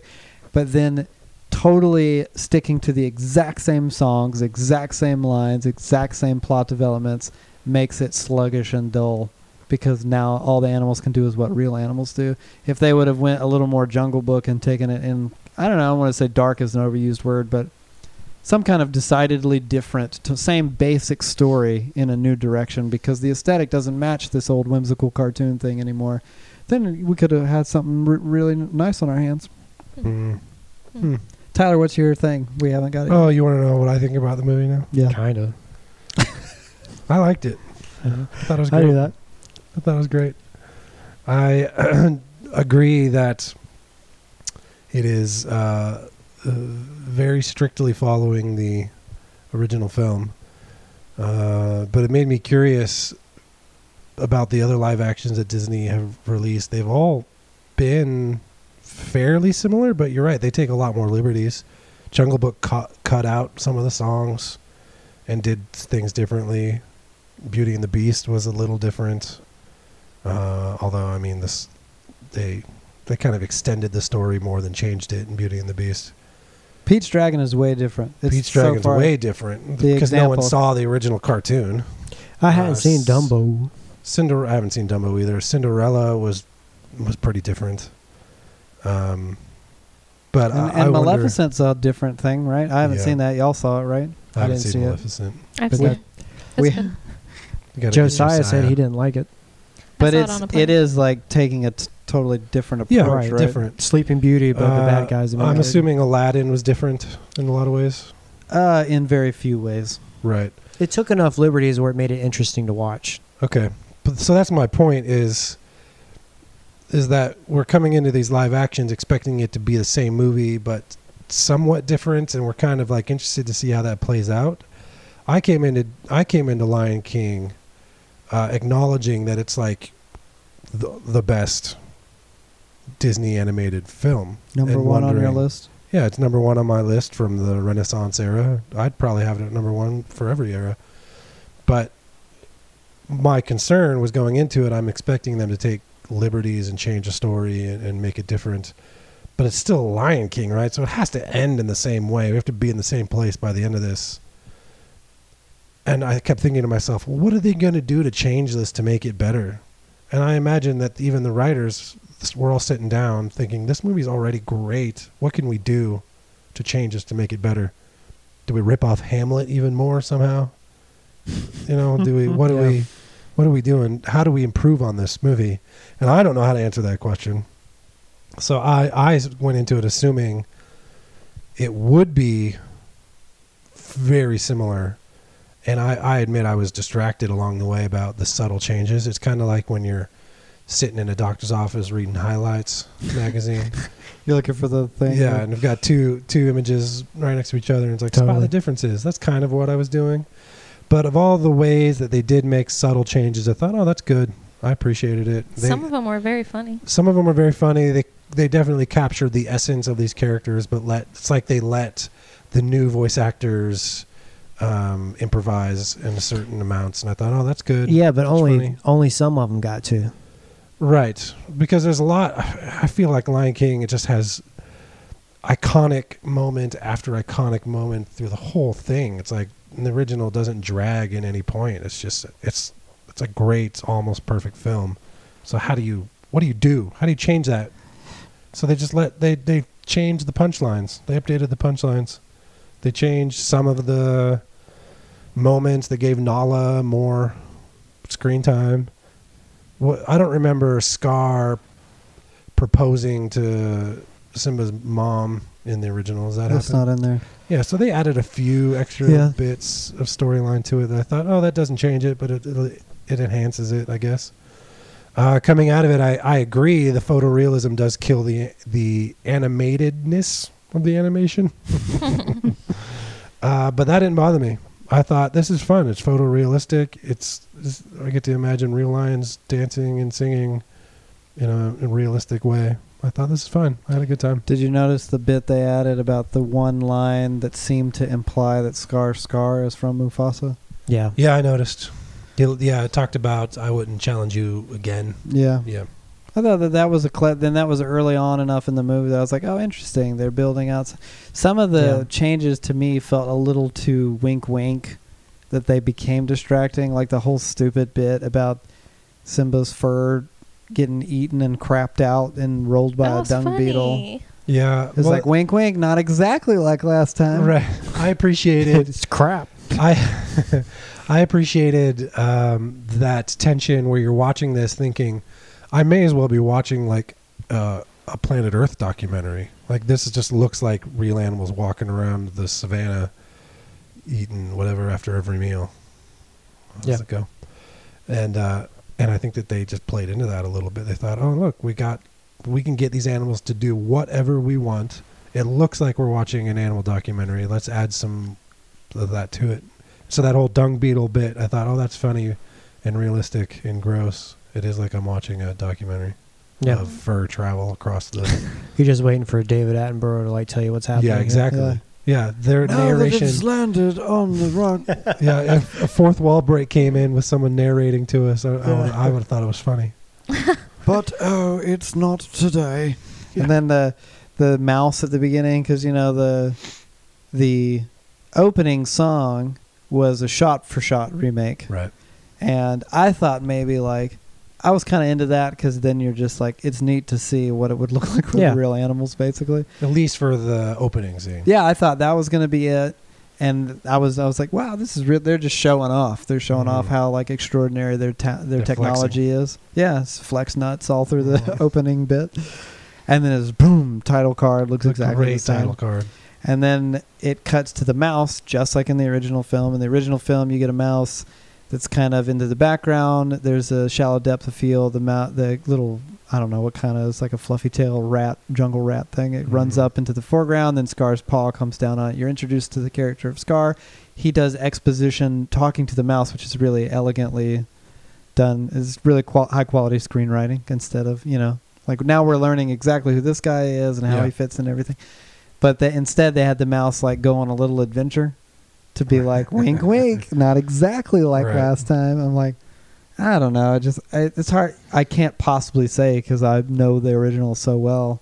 [SPEAKER 1] but then totally sticking to the exact same songs, exact same lines, exact same plot developments makes it sluggish and dull because now all the animals can do is what real animals do. If they would have went a little more Jungle Book and taken it in, I don't know, I want to say dark is an overused word, but some kind of decidedly different, to same basic story in a new direction because the aesthetic doesn't match this old whimsical cartoon thing anymore. Then we could have had something r- really n- nice on our hands.
[SPEAKER 3] Mm.
[SPEAKER 4] Hmm.
[SPEAKER 1] Hmm. Tyler, what's your thing? We haven't got it.
[SPEAKER 3] Oh, you want to know what I think about the movie now?
[SPEAKER 1] Yeah.
[SPEAKER 2] Kind of.
[SPEAKER 3] I liked it. I thought it was
[SPEAKER 2] I
[SPEAKER 3] great.
[SPEAKER 2] do that.
[SPEAKER 3] I thought it was great. I agree that it is uh, uh, very strictly following the original film, uh, but it made me curious about the other live actions that Disney have released. They've all been fairly similar, but you're right; they take a lot more liberties. Jungle Book cut, cut out some of the songs and did things differently. Beauty and the Beast was a little different. Uh, although I mean this, they they kind of extended the story more than changed it in Beauty and the Beast.
[SPEAKER 1] Peach Dragon is way different. It's
[SPEAKER 3] Peach
[SPEAKER 1] so
[SPEAKER 3] Dragon's
[SPEAKER 1] far-
[SPEAKER 3] way different
[SPEAKER 1] The
[SPEAKER 3] because no one
[SPEAKER 1] example-
[SPEAKER 3] saw the original cartoon.
[SPEAKER 2] I hadn't
[SPEAKER 3] Uh,
[SPEAKER 2] seen Dumbo.
[SPEAKER 3] Cinderella, I haven't seen Dumbo either. Cinderella was was pretty different. Um, but
[SPEAKER 1] And,
[SPEAKER 3] I,
[SPEAKER 1] and
[SPEAKER 3] I wonder-
[SPEAKER 1] Maleficent's a different thing, right? I haven't
[SPEAKER 3] Yeah.
[SPEAKER 1] seen that. Y'all saw it, right?
[SPEAKER 3] I haven't seen Maleficent.
[SPEAKER 4] I've
[SPEAKER 1] But
[SPEAKER 4] seen
[SPEAKER 1] that-
[SPEAKER 4] it. It's
[SPEAKER 1] we-
[SPEAKER 4] good.
[SPEAKER 3] You gotta get
[SPEAKER 2] Josiah, said he didn't like it.
[SPEAKER 1] But
[SPEAKER 4] saw it
[SPEAKER 1] it's
[SPEAKER 4] on a plane.
[SPEAKER 1] it is like taking a t- totally different approach,
[SPEAKER 3] Yeah,
[SPEAKER 1] right?
[SPEAKER 3] right, different.
[SPEAKER 2] Sleeping Beauty, but the
[SPEAKER 3] Uh,
[SPEAKER 2] bad guys. in
[SPEAKER 3] I'm
[SPEAKER 2] it.
[SPEAKER 3] assuming Aladdin was different in a lot of ways.
[SPEAKER 1] Uh, in very few ways.
[SPEAKER 3] Right.
[SPEAKER 2] it took enough liberties where it made it interesting to watch.
[SPEAKER 3] Okay, but so that's my point is is that we're coming into these live actions expecting it to be the same movie but somewhat different and we're kind of like interested to see how that plays out. I came into I came into Lion King uh, acknowledging that it's like the, the best Disney animated film.
[SPEAKER 1] Number
[SPEAKER 3] and
[SPEAKER 1] one on
[SPEAKER 3] wondering-
[SPEAKER 1] your list.
[SPEAKER 3] yeah, it's number one on my list from the Renaissance era. I'd probably have it at number one for every era. But my concern was going into it, I'm expecting them to take liberties and change the story and, and make it different. but it's still Lion King, right? So it has to end in the same way. We have to be in the same place by the end of this. And I kept thinking to myself, well, what are they going to do to change this to make it better? And I imagine that even the writers were all sitting down thinking, this movie's already great. What can we do to change this to make it better? Do we rip off Hamlet even more somehow? You know, do we, what do
[SPEAKER 2] Yeah.
[SPEAKER 3] we, what are we doing? How do we improve on this movie? And I don't know how to answer that question. So I, I went into it assuming it would be very similar. And I, I admit I was distracted along the way about the subtle changes. It's kind of like when you're sitting in a doctor's office reading highlights magazine.
[SPEAKER 1] You're looking for the thing.
[SPEAKER 3] yeah,
[SPEAKER 1] that-
[SPEAKER 3] and I've got two two images right next to each other, and it's like spot
[SPEAKER 2] Totally.
[SPEAKER 3] the differences. That's kind of what I was doing. But of all the ways that they did make subtle changes, I thought, oh, that's good. I appreciated it. They,
[SPEAKER 4] Some of them were very funny.
[SPEAKER 3] some of them are very funny. They they definitely captured the essence of these characters, but let it's like they let the new voice actors um, improvise in certain amounts. And I thought, oh, that's good.
[SPEAKER 2] Yeah, but
[SPEAKER 3] That's
[SPEAKER 2] only
[SPEAKER 3] funny.
[SPEAKER 2] only some of them got to.
[SPEAKER 3] Right, because there's a lot. I feel like Lion King. It just has iconic moment after iconic moment through the whole thing. It's like the original doesn't drag in any point. It's just it's it's a great, almost perfect film. So how do you what do you do? How do you change that? So they just let they they changed the punchlines. They updated the punchlines. They changed some of the moments. They gave Nala more screen time. What I don't remember Scar proposing to Simba's mom in the original. Is that
[SPEAKER 1] That's
[SPEAKER 3] happen?
[SPEAKER 1] not in there.
[SPEAKER 3] Yeah, so they added a few extra
[SPEAKER 1] Yeah.
[SPEAKER 3] bits of storyline to it that I thought, oh, that doesn't change it, but it it'll- it enhances it, I guess. Uh, coming out of it, I, I agree. The photorealism does kill the the animatedness of the animation, uh, but that didn't bother me. I thought this is fun. It's photorealistic. It's, it's I get to imagine real lions dancing and singing in a, in a realistic way. I thought this is fun. I had a good time.
[SPEAKER 1] Did you notice the bit they added about the one line that seemed to imply that Scar Scar is from Mufasa?
[SPEAKER 2] Yeah.
[SPEAKER 3] Yeah, I noticed. He'll- Yeah, I talked about I wouldn't challenge you again.
[SPEAKER 1] Yeah.
[SPEAKER 3] Yeah.
[SPEAKER 1] I thought that that was a cle then that was early on enough in the movie that I was like, oh, interesting. They're building out s- some of the
[SPEAKER 2] Yeah.
[SPEAKER 1] changes to me felt a little too wink wink that they became distracting. Like the whole stupid bit about Simba's fur getting eaten and crapped out and rolled by
[SPEAKER 4] that
[SPEAKER 1] a
[SPEAKER 4] was
[SPEAKER 1] dung
[SPEAKER 4] funny.
[SPEAKER 1] beetle.
[SPEAKER 3] Yeah.
[SPEAKER 1] It's like wink wink, not exactly like last time.
[SPEAKER 3] right. I appreciated
[SPEAKER 2] It's crap.
[SPEAKER 3] I I appreciated um, that tension where you're watching this thinking I may as well be watching like uh, a Planet Earth documentary. Like this is just looks like real animals walking around the savannah eating whatever after every meal. How does
[SPEAKER 2] Yeah.
[SPEAKER 3] it go? And uh, and I think that they just played into that a little bit. They thought, "Oh, look, we got we can get these animals to do whatever we want. It looks like we're watching an animal documentary. Let's add some of that to it. So that whole dung beetle bit, I thought, oh, that's funny and realistic and gross. It is like I'm watching a documentary
[SPEAKER 2] Yeah.
[SPEAKER 3] of fur travel across the.
[SPEAKER 2] You're just waiting for David Attenborough to like tell you what's happening.
[SPEAKER 3] yeah, exactly.
[SPEAKER 1] Yeah.
[SPEAKER 3] Yeah, their narration.
[SPEAKER 1] landed on the rock.
[SPEAKER 3] yeah, a, a fourth wall break came in with someone narrating to us. I, I would, I would have thought it was funny.
[SPEAKER 1] but oh, it's not today. And then the the mouse at the beginning, because you know the the opening song was a shot for shot remake,
[SPEAKER 3] Right.
[SPEAKER 1] and I thought maybe like I was kind of into that because then you're just like it's neat to see what it would look like with
[SPEAKER 2] Yeah.
[SPEAKER 1] real animals, basically.
[SPEAKER 3] At least for the opening scene.
[SPEAKER 1] Yeah, I thought that was gonna be it. And I was, I was like, wow, this is real. They're just showing off. They're showing off
[SPEAKER 3] Mhm.
[SPEAKER 1] how like extraordinary their ta- their
[SPEAKER 3] They're
[SPEAKER 1] technology is. Yeah, it's flex nuts all through the
[SPEAKER 3] Mm-hmm.
[SPEAKER 1] opening bit, and then it's boom title card looks
[SPEAKER 3] It's a
[SPEAKER 1] exactly
[SPEAKER 3] great
[SPEAKER 1] the same.
[SPEAKER 3] title card.
[SPEAKER 1] And then it cuts to the mouse, just like in the original film. In the original film, you get a mouse that's kind of into the background. There's a shallow depth of field. The mou- the little, I don't know what kind of, it's like a fluffy tail rat, jungle rat thing. It runs
[SPEAKER 3] Mhm.
[SPEAKER 1] up into the foreground, then Scar's paw comes down on it. You're introduced to the character of Scar. He does exposition talking to the mouse, which is really elegantly done. It's really qual- high quality screenwriting instead of, you know, like now we're learning exactly who this guy is and how
[SPEAKER 3] Yeah.
[SPEAKER 1] he fits and everything. But the, instead, they had the mouse like go on a little adventure to be like wink, wink, not exactly like
[SPEAKER 3] Right.
[SPEAKER 1] last time. I'm like, I don't know. I just I, it's hard. I can't possibly say because I know the original so well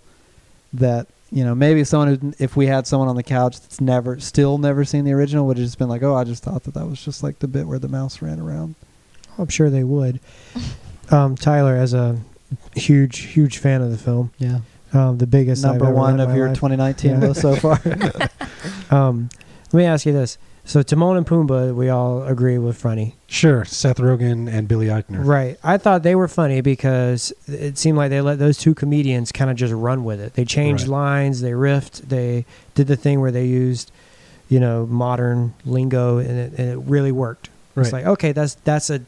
[SPEAKER 1] that you know maybe someone who if we had someone on the couch that's never still never seen the original would have just been like oh i just thought that that was just like the bit where the mouse ran around
[SPEAKER 2] I'm sure they would. Um, Tyler, as a huge, huge fan of the film,
[SPEAKER 1] yeah
[SPEAKER 2] um, the biggest I've
[SPEAKER 1] number
[SPEAKER 2] ever
[SPEAKER 1] one
[SPEAKER 2] been in
[SPEAKER 1] of
[SPEAKER 2] my
[SPEAKER 1] your
[SPEAKER 2] life.
[SPEAKER 1] 2019
[SPEAKER 2] Yeah.
[SPEAKER 1] list so far
[SPEAKER 2] Um, let me ask you this: So Timon and Pumbaa, we all agree with funny,
[SPEAKER 3] Sure, Seth Rogen and Billy Eichner.
[SPEAKER 2] right? I thought they were funny because it seemed like they let those two comedians kind of just run with it. They changed
[SPEAKER 3] Right.
[SPEAKER 2] lines, they riffed, they did the thing where they used, you know, modern lingo, and it, and it really worked.
[SPEAKER 3] Right.
[SPEAKER 2] It's like okay, that's that's a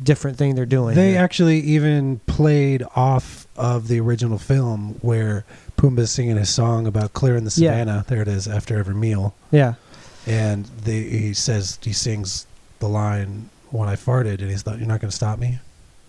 [SPEAKER 2] different thing they're doing.
[SPEAKER 3] They
[SPEAKER 2] here.
[SPEAKER 3] actually even played off of the original film where Pumbaa's singing his song about clearing the
[SPEAKER 2] Yeah.
[SPEAKER 3] savannah. There it is after every meal,
[SPEAKER 2] yeah.
[SPEAKER 3] and they, he says he sings the line when I farted, and he's like, "You're not going to stop me."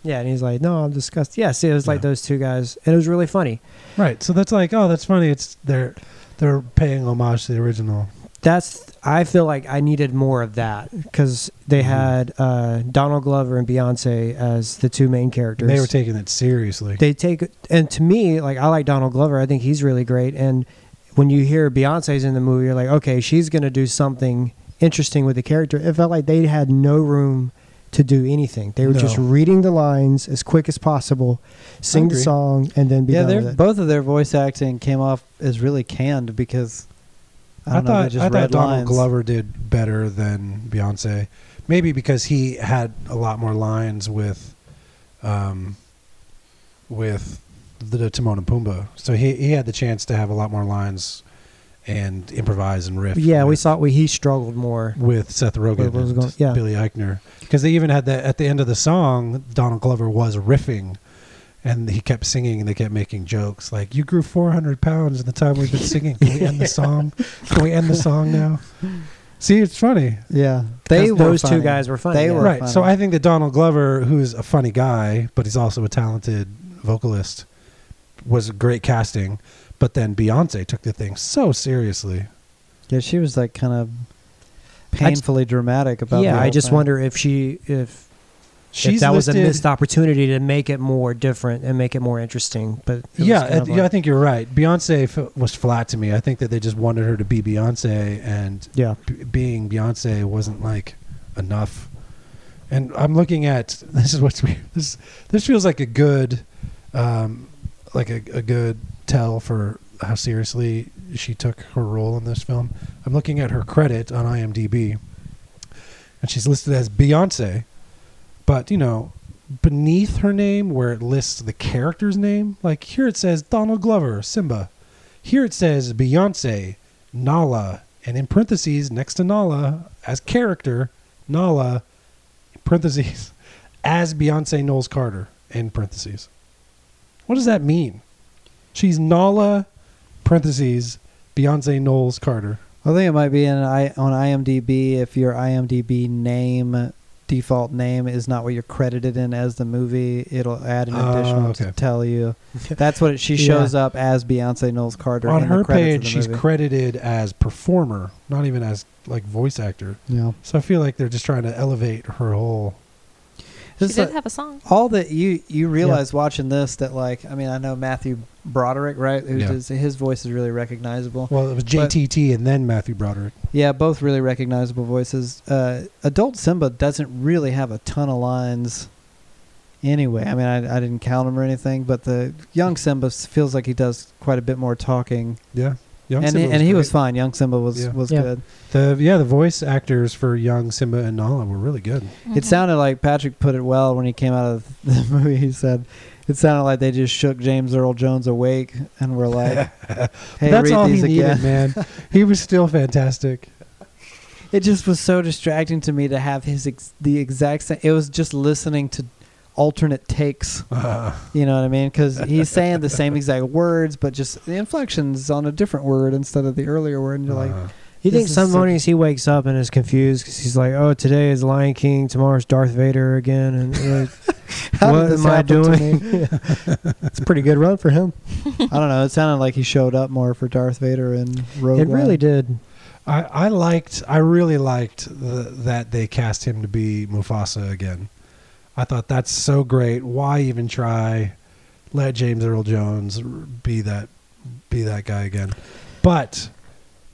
[SPEAKER 2] Yeah, and he's like, "No, I'm disgusted." Yeah, see, it was like
[SPEAKER 3] Yeah.
[SPEAKER 2] those two guys, and it was really funny.
[SPEAKER 3] Right. So that's like, oh, that's funny. It's they're they're paying homage to the original.
[SPEAKER 2] That's I feel like I needed more of that because they
[SPEAKER 3] Mhm.
[SPEAKER 2] had uh, Donald Glover and Beyonce as the two main characters.
[SPEAKER 3] They were taking it seriously.
[SPEAKER 2] they take and to me, like I like Donald Glover. I think he's really great. And when you hear Beyonce's in the movie, you're like, okay, she's gonna do something interesting with the character. It felt like they had no room to do anything. They were just
[SPEAKER 3] No.
[SPEAKER 2] reading the lines as quick as possible, sing the
[SPEAKER 3] agree.
[SPEAKER 2] song, and then be
[SPEAKER 1] yeah
[SPEAKER 2] done with
[SPEAKER 1] their
[SPEAKER 2] it.
[SPEAKER 1] both of their voice acting came off as really canned because i
[SPEAKER 3] I,
[SPEAKER 1] don't know they
[SPEAKER 3] thought
[SPEAKER 1] just
[SPEAKER 3] I
[SPEAKER 1] read
[SPEAKER 3] thought Donald
[SPEAKER 1] lines
[SPEAKER 3] Glover did better than Beyonce, maybe because he had a lot more lines with, um, with the Timon and Pumbaa. So he he had the chance to have a lot more lines, and improvise and riff.
[SPEAKER 2] Yeah, we
[SPEAKER 3] with-
[SPEAKER 2] saw we he struggled more.
[SPEAKER 3] with Seth
[SPEAKER 2] Where
[SPEAKER 3] Rogen
[SPEAKER 2] was
[SPEAKER 3] and
[SPEAKER 2] going- yeah.
[SPEAKER 3] Billy Eichner because they even had that at the end of the song. Donald Glover was riffing, and he kept singing, and they kept making jokes like, "You grew 400 pounds in the time we've been singing. Can we end the song? Can we end the song now?" See, it's funny,
[SPEAKER 1] yeah they were
[SPEAKER 2] those
[SPEAKER 1] funny.
[SPEAKER 2] two guys were funny.
[SPEAKER 1] They
[SPEAKER 2] yeah.
[SPEAKER 1] were
[SPEAKER 3] right? So
[SPEAKER 1] funny.
[SPEAKER 3] I think that Donald Glover, who's a funny guy, but he's also a talented vocalist, was great casting. But then Beyonce took the thing so seriously.
[SPEAKER 1] yeah she was like kind of painfully dramatic about the
[SPEAKER 2] yeah, I
[SPEAKER 1] whole
[SPEAKER 2] just
[SPEAKER 1] thing.
[SPEAKER 2] wonder if she if,
[SPEAKER 3] She's
[SPEAKER 2] if that was a
[SPEAKER 3] listed-
[SPEAKER 2] missed opportunity to make it more different and make it more interesting. But it was
[SPEAKER 3] yeah,
[SPEAKER 2] kind
[SPEAKER 3] I-
[SPEAKER 2] of
[SPEAKER 3] yeah, I
[SPEAKER 2] like-
[SPEAKER 3] think you're right. Beyonce f- was flat to me. I think that they just wanted her to be Beyonce, and
[SPEAKER 2] yeah.
[SPEAKER 3] b- being Beyonce wasn't like enough. And I'm looking at this is what's weird. This this feels like a good, um, like a, a good tell for how seriously she took her role in this film. I'm looking at her credit on IMDb, and she's listed as Beyonce, but you know, beneath her name where it lists the character's name, like here it says Donald Glover, Simba. Here it says Beyonce, Nala, and in parentheses next to Nala as character, Nala, in parentheses, as Beyonce Knowles Carter, in parentheses. What does that mean? She's Nala, parentheses, Beyonce Knowles Carter.
[SPEAKER 1] I think it might be in I, on IMDb if your IMDb name default name is not what you're credited in as the movie. It'll add an
[SPEAKER 3] Oh,
[SPEAKER 1] additional
[SPEAKER 3] okay.
[SPEAKER 1] to tell you. That's what it, she
[SPEAKER 2] Yeah.
[SPEAKER 1] shows up as Beyonce Knowles Carter
[SPEAKER 3] On
[SPEAKER 1] in the
[SPEAKER 3] her
[SPEAKER 1] credits of
[SPEAKER 3] page,
[SPEAKER 1] the
[SPEAKER 3] she's
[SPEAKER 1] movie.
[SPEAKER 3] credited as performer, not even as like voice actor.
[SPEAKER 1] yeah.
[SPEAKER 3] So I feel like they're just trying to elevate her whole.
[SPEAKER 4] She
[SPEAKER 1] It's
[SPEAKER 4] did
[SPEAKER 1] like-
[SPEAKER 4] have a song.
[SPEAKER 1] all that you you realize watching this that like I mean I know Matthew Broderick right who
[SPEAKER 3] Yeah.
[SPEAKER 1] does, his voice is really recognizable.
[SPEAKER 3] Well, it was
[SPEAKER 1] But-
[SPEAKER 3] JTT and then Matthew Broderick.
[SPEAKER 1] Yeah, both really recognizable voices. Uh, Adult Simba doesn't really have a ton of lines anyway. I mean, I, I didn't count them or anything, but the young Simba s- feels like he does quite a bit more talking.
[SPEAKER 3] Yeah, young
[SPEAKER 1] and
[SPEAKER 3] Simba
[SPEAKER 1] he, and he
[SPEAKER 3] great.
[SPEAKER 1] was fine. Young Simba was,
[SPEAKER 3] Yeah.
[SPEAKER 1] was
[SPEAKER 2] Yeah.
[SPEAKER 1] good.
[SPEAKER 3] the yeah the voice actors for young Simba and Nala were really good.
[SPEAKER 4] Mm-hmm.
[SPEAKER 1] It sounded like Patrick put it well when he came out of the movie. He said, it sounded like they just shook James Earl Jones awake and were like, hey,
[SPEAKER 3] That's
[SPEAKER 1] read
[SPEAKER 3] all
[SPEAKER 1] these
[SPEAKER 3] he
[SPEAKER 1] again.
[SPEAKER 3] needed, man. he was still fantastic.
[SPEAKER 1] it just was so distracting to me to have his ex- the exact same. It was just listening to alternate takes. You know what I mean? Because he's saying the same exact words, but just the inflections on a different word instead of the earlier word, and you're like,
[SPEAKER 3] Uh,
[SPEAKER 2] You
[SPEAKER 1] This
[SPEAKER 2] think
[SPEAKER 1] is
[SPEAKER 2] some
[SPEAKER 1] so-
[SPEAKER 2] mornings he wakes up and is confused because he's like, "Oh, today is Lion King, tomorrow's Darth Vader again," and like,
[SPEAKER 1] "How
[SPEAKER 2] what
[SPEAKER 1] did this
[SPEAKER 2] am I
[SPEAKER 1] happen to
[SPEAKER 2] doing?
[SPEAKER 1] me?
[SPEAKER 2] it's a pretty good run for him.
[SPEAKER 1] I don't know. It sounded like he showed up more for Darth Vader and Rogue.
[SPEAKER 2] It really
[SPEAKER 1] One.
[SPEAKER 2] did.
[SPEAKER 3] I, I liked I really liked the, that they cast him to be Mufasa again. I thought that's so great. Why even try? Let James Earl Jones r- be that be that guy again. But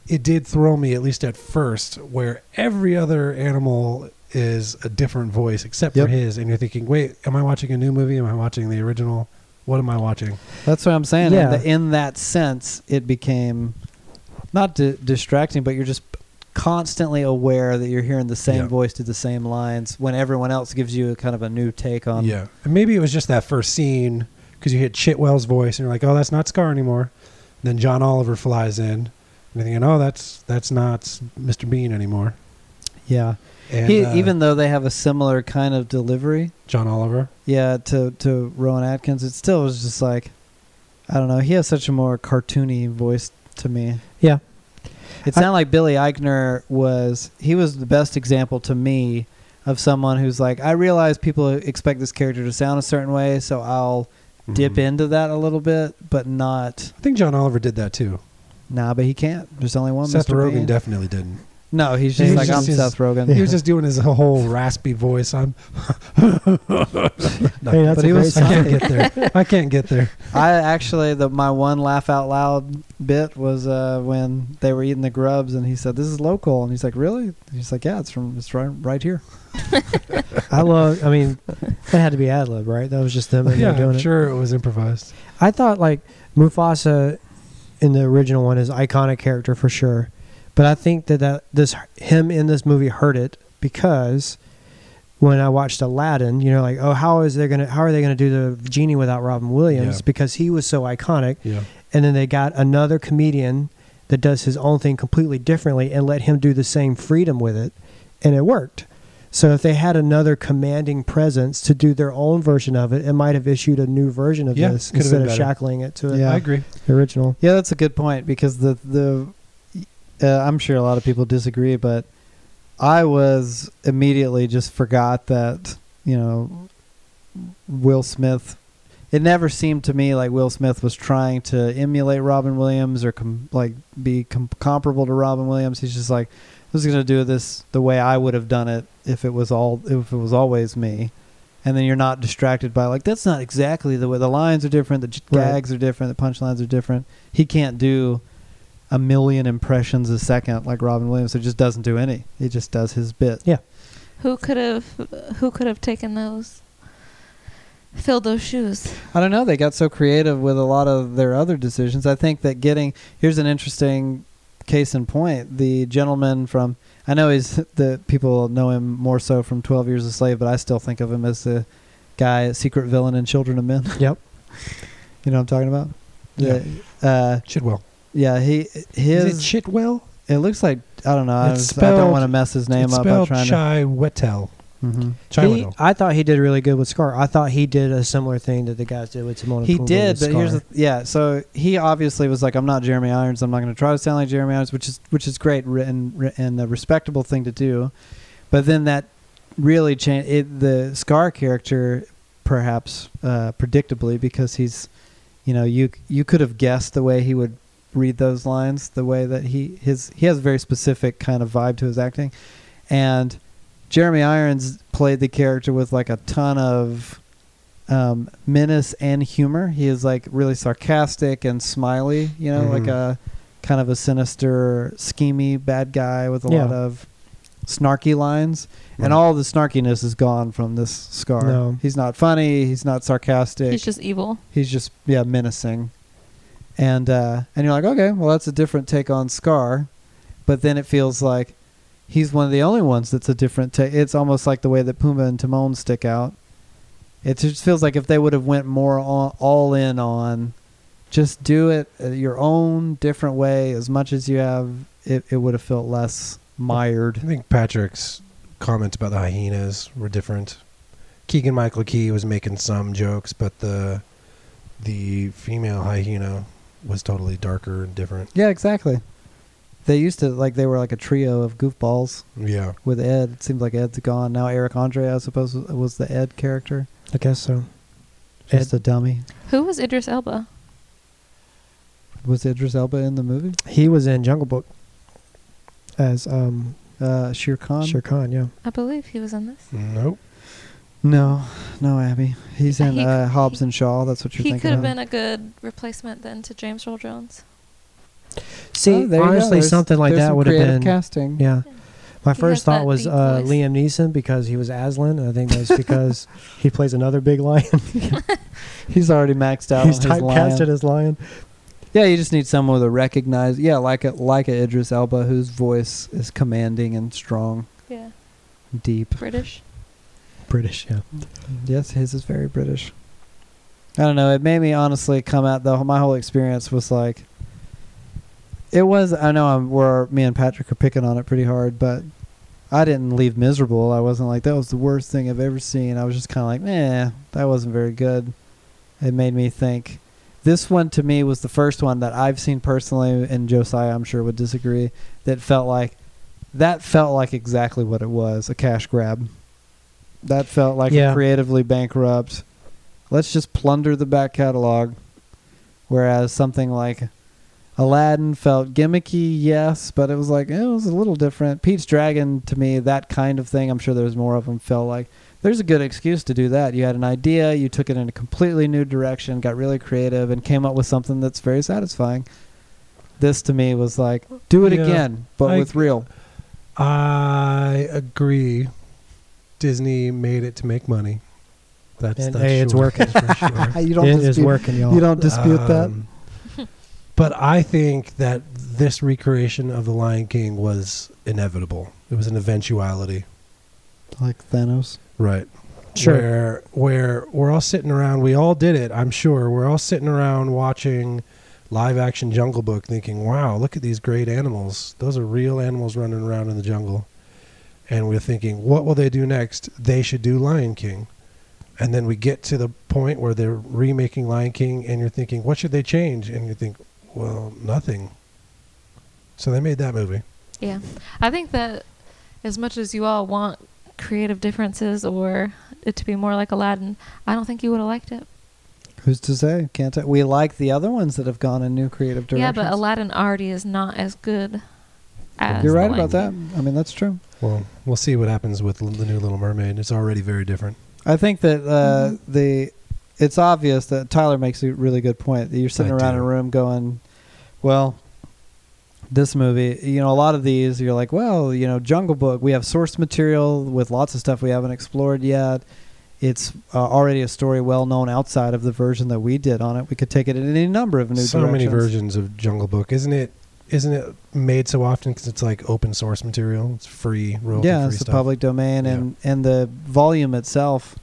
[SPEAKER 3] it did throw me, at least at first, where every other animal is a different voice except
[SPEAKER 1] Yep.
[SPEAKER 3] for his, and you're thinking, wait, am I watching a new movie? Am I watching the original? What am I watching?
[SPEAKER 1] That's what I'm saying.
[SPEAKER 2] Yeah.
[SPEAKER 1] In, the- in that sense, it became not di- distracting, but you're just constantly aware that you're hearing the same
[SPEAKER 3] Yeah.
[SPEAKER 1] voice do the same lines when everyone else gives you a kind of a new take on.
[SPEAKER 3] yeah, and maybe it was just that first scene because you hit Chitwell's voice, and you're like, oh, that's not Scar anymore. And then John Oliver flies in, and you're thinking, oh, that's that's not Mr. Bean anymore.
[SPEAKER 1] Yeah.
[SPEAKER 3] And
[SPEAKER 1] He,
[SPEAKER 3] uh,
[SPEAKER 1] E-, even though they have a similar kind of delivery,
[SPEAKER 3] John Oliver,
[SPEAKER 1] yeah, to to Rowan Atkins, it still was just like, I don't know. He has such a more cartoony voice to me.
[SPEAKER 2] Yeah.
[SPEAKER 1] It sounded like Billy Eichner was he was the best example to me of someone who's like, I realize people expect this character to sound a certain way, so I'll dip
[SPEAKER 3] Mhm.
[SPEAKER 1] into that a little bit, but not
[SPEAKER 3] I think John Oliver did that too.
[SPEAKER 1] nah, but he can't. There's only one
[SPEAKER 3] Seth
[SPEAKER 1] Mr.
[SPEAKER 3] Rogen
[SPEAKER 1] Bean.
[SPEAKER 3] definitely didn't.
[SPEAKER 1] no, he's
[SPEAKER 3] He
[SPEAKER 1] just
[SPEAKER 3] was
[SPEAKER 1] like
[SPEAKER 3] just
[SPEAKER 1] I'm
[SPEAKER 3] his-
[SPEAKER 1] Seth Rogen.
[SPEAKER 3] He was just doing his whole raspy voice. I'm. No,
[SPEAKER 2] Hey, that's
[SPEAKER 1] but
[SPEAKER 2] a
[SPEAKER 1] he
[SPEAKER 2] great
[SPEAKER 1] was-
[SPEAKER 3] I
[SPEAKER 2] song.
[SPEAKER 3] can't get there. I can't get there.
[SPEAKER 1] I actually the my one laugh out loud bit was uh, when they were eating the grubs and he said, This is local and he's like, Really? And he's like, Yeah, it's from it's right right here.
[SPEAKER 2] I love. I mean, that had to be ad lib, right? That was just them and
[SPEAKER 3] Yeah,
[SPEAKER 2] yeah, doing
[SPEAKER 3] I'm
[SPEAKER 2] it.
[SPEAKER 3] sure it was improvised.
[SPEAKER 2] I thought like Mufasa in the original one is iconic character for sure, but I think that, that this him in this movie hurt it because when I watched Aladdin, you know, like oh how is they gonna how are they gonna do the genie without Robin Williams
[SPEAKER 3] Yeah.
[SPEAKER 2] because he was so iconic,
[SPEAKER 3] Yeah,
[SPEAKER 2] and then they got another comedian that does his own thing completely differently and let him do the same freedom with it, and it worked. So if they had another commanding presence to do their own version of it, it might have issued a new version of
[SPEAKER 3] Yeah,
[SPEAKER 2] this
[SPEAKER 3] could have
[SPEAKER 2] instead
[SPEAKER 3] been
[SPEAKER 2] of
[SPEAKER 3] better.
[SPEAKER 2] shackling it to
[SPEAKER 1] Yeah.
[SPEAKER 3] I agree.
[SPEAKER 2] the original.
[SPEAKER 1] Yeah, that's a good point because the the uh, I'm sure a lot of people disagree, but I was immediately just forgot that you know Will Smith. It never seemed to me like Will Smith was trying to emulate Robin Williams or com- like be com- comparable to Robin Williams. He's just like, I was going to do this the way I would have done it if it was all if it was always me. And then you're not distracted by like that's not exactly the way the lines are different, the j-
[SPEAKER 2] Right.
[SPEAKER 1] gags are different, the punchlines are different. He can't do a million impressions a second like Robin Williams. So he just doesn't do any. He just does his bit.
[SPEAKER 4] Who could have who could have taken those filled those shoes?
[SPEAKER 1] I don't know. They got so creative with a lot of their other decisions. I think that getting here's an interesting case in point. The gentleman from I know he's the people know him more so from Twelve Years a Slave, but I still think of him as the guy, secret villain in Children of Men.
[SPEAKER 2] Yep.
[SPEAKER 1] you know what I'm talking about?
[SPEAKER 3] Yeah.
[SPEAKER 1] The, uh,
[SPEAKER 3] Chitwell.
[SPEAKER 1] yeah. He
[SPEAKER 3] Is,
[SPEAKER 1] his
[SPEAKER 3] it Chitwell?
[SPEAKER 1] it, looks like I don't know. I,
[SPEAKER 3] It's
[SPEAKER 1] was- I don't
[SPEAKER 3] spelled-
[SPEAKER 1] want to mess his name
[SPEAKER 3] it's
[SPEAKER 1] up. I'm
[SPEAKER 3] spelled
[SPEAKER 1] trying
[SPEAKER 3] Chiwetel.
[SPEAKER 1] to. Mhm.
[SPEAKER 2] He,
[SPEAKER 3] Chiwetel.
[SPEAKER 2] I thought he did really good with Scar. I thought he did a similar thing that the guys did with Timon and
[SPEAKER 1] He
[SPEAKER 2] Pumbaa
[SPEAKER 1] did,
[SPEAKER 2] with
[SPEAKER 1] but here's
[SPEAKER 2] Scar.
[SPEAKER 1] the, yeah. So he obviously was like, "I'm not Jeremy Irons. I'm not going to try to sound like Jeremy Irons," which is which is great re- and re- and a respectable thing to do. But then that really changed it, the Scar character, perhaps uh, predictably, because he's, you know, you you could have guessed the way he would read those lines, the way that he his he has a very specific kind of vibe to his acting, and Jeremy Irons played the character with like a ton of um, menace and humor. He is like really sarcastic and smiley, you know,
[SPEAKER 3] Mhm.
[SPEAKER 2] Mm-hmm.
[SPEAKER 1] like a kind of a sinister, schemy bad guy with a
[SPEAKER 2] Yeah.
[SPEAKER 1] lot of snarky lines. And all the snarkiness is gone from this scar.
[SPEAKER 2] No.
[SPEAKER 1] He's not funny. He's not sarcastic.
[SPEAKER 4] He's just evil.
[SPEAKER 1] He's just yeah menacing, and uh, and you're like okay, well that's a different take on Scar, but then it feels like he's one of the only ones that's a different take. It's almost like the way that Puma and Timon stick out. It just feels like if they would have went more on, all in on, just do it uh, your own different way as much as you have, it, it would have felt less
[SPEAKER 3] I
[SPEAKER 1] mired.
[SPEAKER 3] think Patrick's comments about the hyenas were different. Keegan Michael Key was making some jokes, but the the female hyena was totally darker and different.
[SPEAKER 1] Yeah, exactly. They used to like they were like a trio of goofballs.
[SPEAKER 3] Yeah.
[SPEAKER 1] with Ed. It seems like Ed's gone now. Eric Andre, I suppose, was the Ed character.
[SPEAKER 2] I guess so.
[SPEAKER 1] Ed the dummy.
[SPEAKER 4] Who was Idris Elba?
[SPEAKER 1] Was Idris Elba in the movie?
[SPEAKER 2] He was in Jungle Book as um,
[SPEAKER 1] Uh, Shere Khan.
[SPEAKER 2] Shere Khan. Yeah,
[SPEAKER 1] oh,
[SPEAKER 4] I believe he was in this.
[SPEAKER 3] Nope.
[SPEAKER 1] No, no, Abby. He's in
[SPEAKER 4] He-
[SPEAKER 1] uh, Hobbs
[SPEAKER 4] he-
[SPEAKER 1] and Shaw. That's what you're
[SPEAKER 4] he
[SPEAKER 1] thinking.
[SPEAKER 4] could have
[SPEAKER 1] of.
[SPEAKER 4] been a good replacement then to James Earl Jones.
[SPEAKER 2] See,
[SPEAKER 1] Oh, there you go.
[SPEAKER 2] honestly,
[SPEAKER 1] There's-
[SPEAKER 2] something like
[SPEAKER 1] there's
[SPEAKER 2] that
[SPEAKER 1] some
[SPEAKER 2] would have
[SPEAKER 1] creative
[SPEAKER 2] been.
[SPEAKER 1] casting.
[SPEAKER 2] Yeah. My first
[SPEAKER 4] has that
[SPEAKER 2] thought was
[SPEAKER 4] deep
[SPEAKER 2] uh,
[SPEAKER 4] voice.
[SPEAKER 2] Liam Neeson because he was Aslan. And I think that's because he plays another big lion.
[SPEAKER 1] He's already maxed out.
[SPEAKER 2] He's
[SPEAKER 1] on his
[SPEAKER 2] typecasted
[SPEAKER 1] lion.
[SPEAKER 2] as lion.
[SPEAKER 1] Yeah, you just need someone with a recognized. Yeah, like a like a Idris Elba, whose voice is commanding and strong,
[SPEAKER 4] Yeah.
[SPEAKER 1] deep.
[SPEAKER 4] British.
[SPEAKER 2] British, yeah.
[SPEAKER 1] Yes, his is very British. I don't know. It made me honestly come out. The my whole experience was like, it was. I know I'm where me and Patrick are picking on it pretty hard, but I didn't leave miserable. I wasn't like that was the worst thing I've ever seen. I was just kind of like, eh, that wasn't very good. It made me think. This one to me was the first one that I've seen personally, and Josiah I'm sure would disagree. That felt like, that felt like exactly what it was—a cash grab. That felt like
[SPEAKER 3] Yeah.
[SPEAKER 1] a creatively bankrupt. Let's just plunder the back catalog. Whereas something like Aladdin felt gimmicky, yes, but it was like eh, it was a little different. Pete's Dragon to me, that kind of thing. I'm sure there's more of them. Felt like there's a good excuse to do that. You had an idea, you took it in a completely new direction, got really creative, and came up with something that's very satisfying. This to me was like do it
[SPEAKER 3] Yeah.
[SPEAKER 1] again, but
[SPEAKER 3] I-
[SPEAKER 1] with real.
[SPEAKER 3] I agree. Disney made it to make money. That's,
[SPEAKER 2] And
[SPEAKER 3] that's
[SPEAKER 2] hey, it's
[SPEAKER 3] sure. Um,
[SPEAKER 2] working.
[SPEAKER 3] That's for sure.
[SPEAKER 1] you
[SPEAKER 2] It is working, y'all.
[SPEAKER 1] You don't dispute that.
[SPEAKER 3] Um, but I think that this recreation of The Lion King was inevitable. It was an eventuality.
[SPEAKER 1] Like Thanos.
[SPEAKER 3] Right.
[SPEAKER 2] Sure.
[SPEAKER 3] Where, where we're all sitting around, we all did it, I'm sure. We're all sitting around watching live action Jungle Book thinking, wow, look at these great animals. Those are real animals running around in the jungle. And we're thinking, what will they do next? They should do Lion King. And then we get to the point where they're remaking Lion King, and you're thinking, what should they change? And you think, well, nothing. So they made that movie.
[SPEAKER 4] Yeah. I think that as much as you all want creative differences or it to be more like Aladdin, I don't think you would have liked it.
[SPEAKER 1] Who's to say? Can't I? We like the other ones that have gone in new creative
[SPEAKER 4] Yeah,
[SPEAKER 1] directions.
[SPEAKER 4] but Aladdin already is not as good as
[SPEAKER 1] You're
[SPEAKER 4] The
[SPEAKER 1] right
[SPEAKER 4] Lion
[SPEAKER 1] about that.
[SPEAKER 4] King.
[SPEAKER 1] I mean, that's true.
[SPEAKER 3] Well, we'll see what happens with the new Little Mermaid. It's already very different.
[SPEAKER 1] I think that uh,
[SPEAKER 3] Mm-hmm.
[SPEAKER 1] the it's obvious that Tyler makes a really good point. That you're sitting
[SPEAKER 3] I
[SPEAKER 1] around
[SPEAKER 3] do.
[SPEAKER 1] in a room going, "Well, this movie, you know, a lot of these, you're like, well, you know, Jungle Book, we have source material with lots of stuff we haven't explored yet. It's uh, already a story well known outside of the version that we did on it. We could take it in any number of new
[SPEAKER 3] so
[SPEAKER 1] directions.
[SPEAKER 3] many versions of Jungle Book, isn't it? Isn't it made so often because it's like open source material? It's free, royalty
[SPEAKER 1] yeah,
[SPEAKER 3] free
[SPEAKER 1] it's the
[SPEAKER 3] stuff.
[SPEAKER 1] public domain, and and the volume itself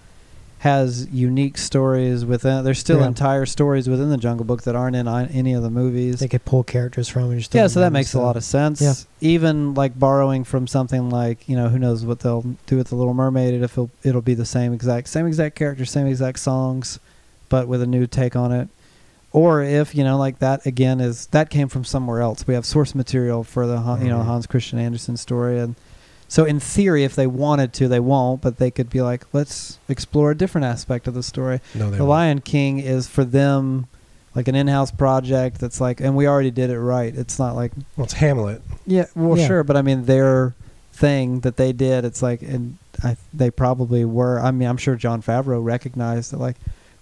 [SPEAKER 1] has unique stories within. There's still
[SPEAKER 2] Yeah.
[SPEAKER 1] entire stories within the Jungle Book that aren't in i- any of the movies.
[SPEAKER 2] They could pull characters from and just
[SPEAKER 1] Yeah, so that makes a lot of sense.
[SPEAKER 2] Yeah.
[SPEAKER 1] Even like borrowing from something like you know who knows what they'll do with the Little Mermaid. If it'll it'll be the same exact same exact character, same exact songs, but with a new take on it. Or if you know like that again is that came from somewhere else. We have source material for the Han, you know
[SPEAKER 2] Mm-hmm.
[SPEAKER 3] Mhm.
[SPEAKER 1] Hans Christian Andersen story, and so in theory, if they wanted to, they won't. But they could be like, let's explore a different aspect of the story.
[SPEAKER 3] No, they
[SPEAKER 1] The
[SPEAKER 3] won't.
[SPEAKER 1] Lion King is for them like an in-house project that's like and we already did it right. It's not like
[SPEAKER 3] Well, it's Hamlet.
[SPEAKER 1] yeah, well
[SPEAKER 2] Yeah.
[SPEAKER 1] sure, but I mean their thing that they did, it's like and I they probably were I mean I'm sure John Favreau recognized that like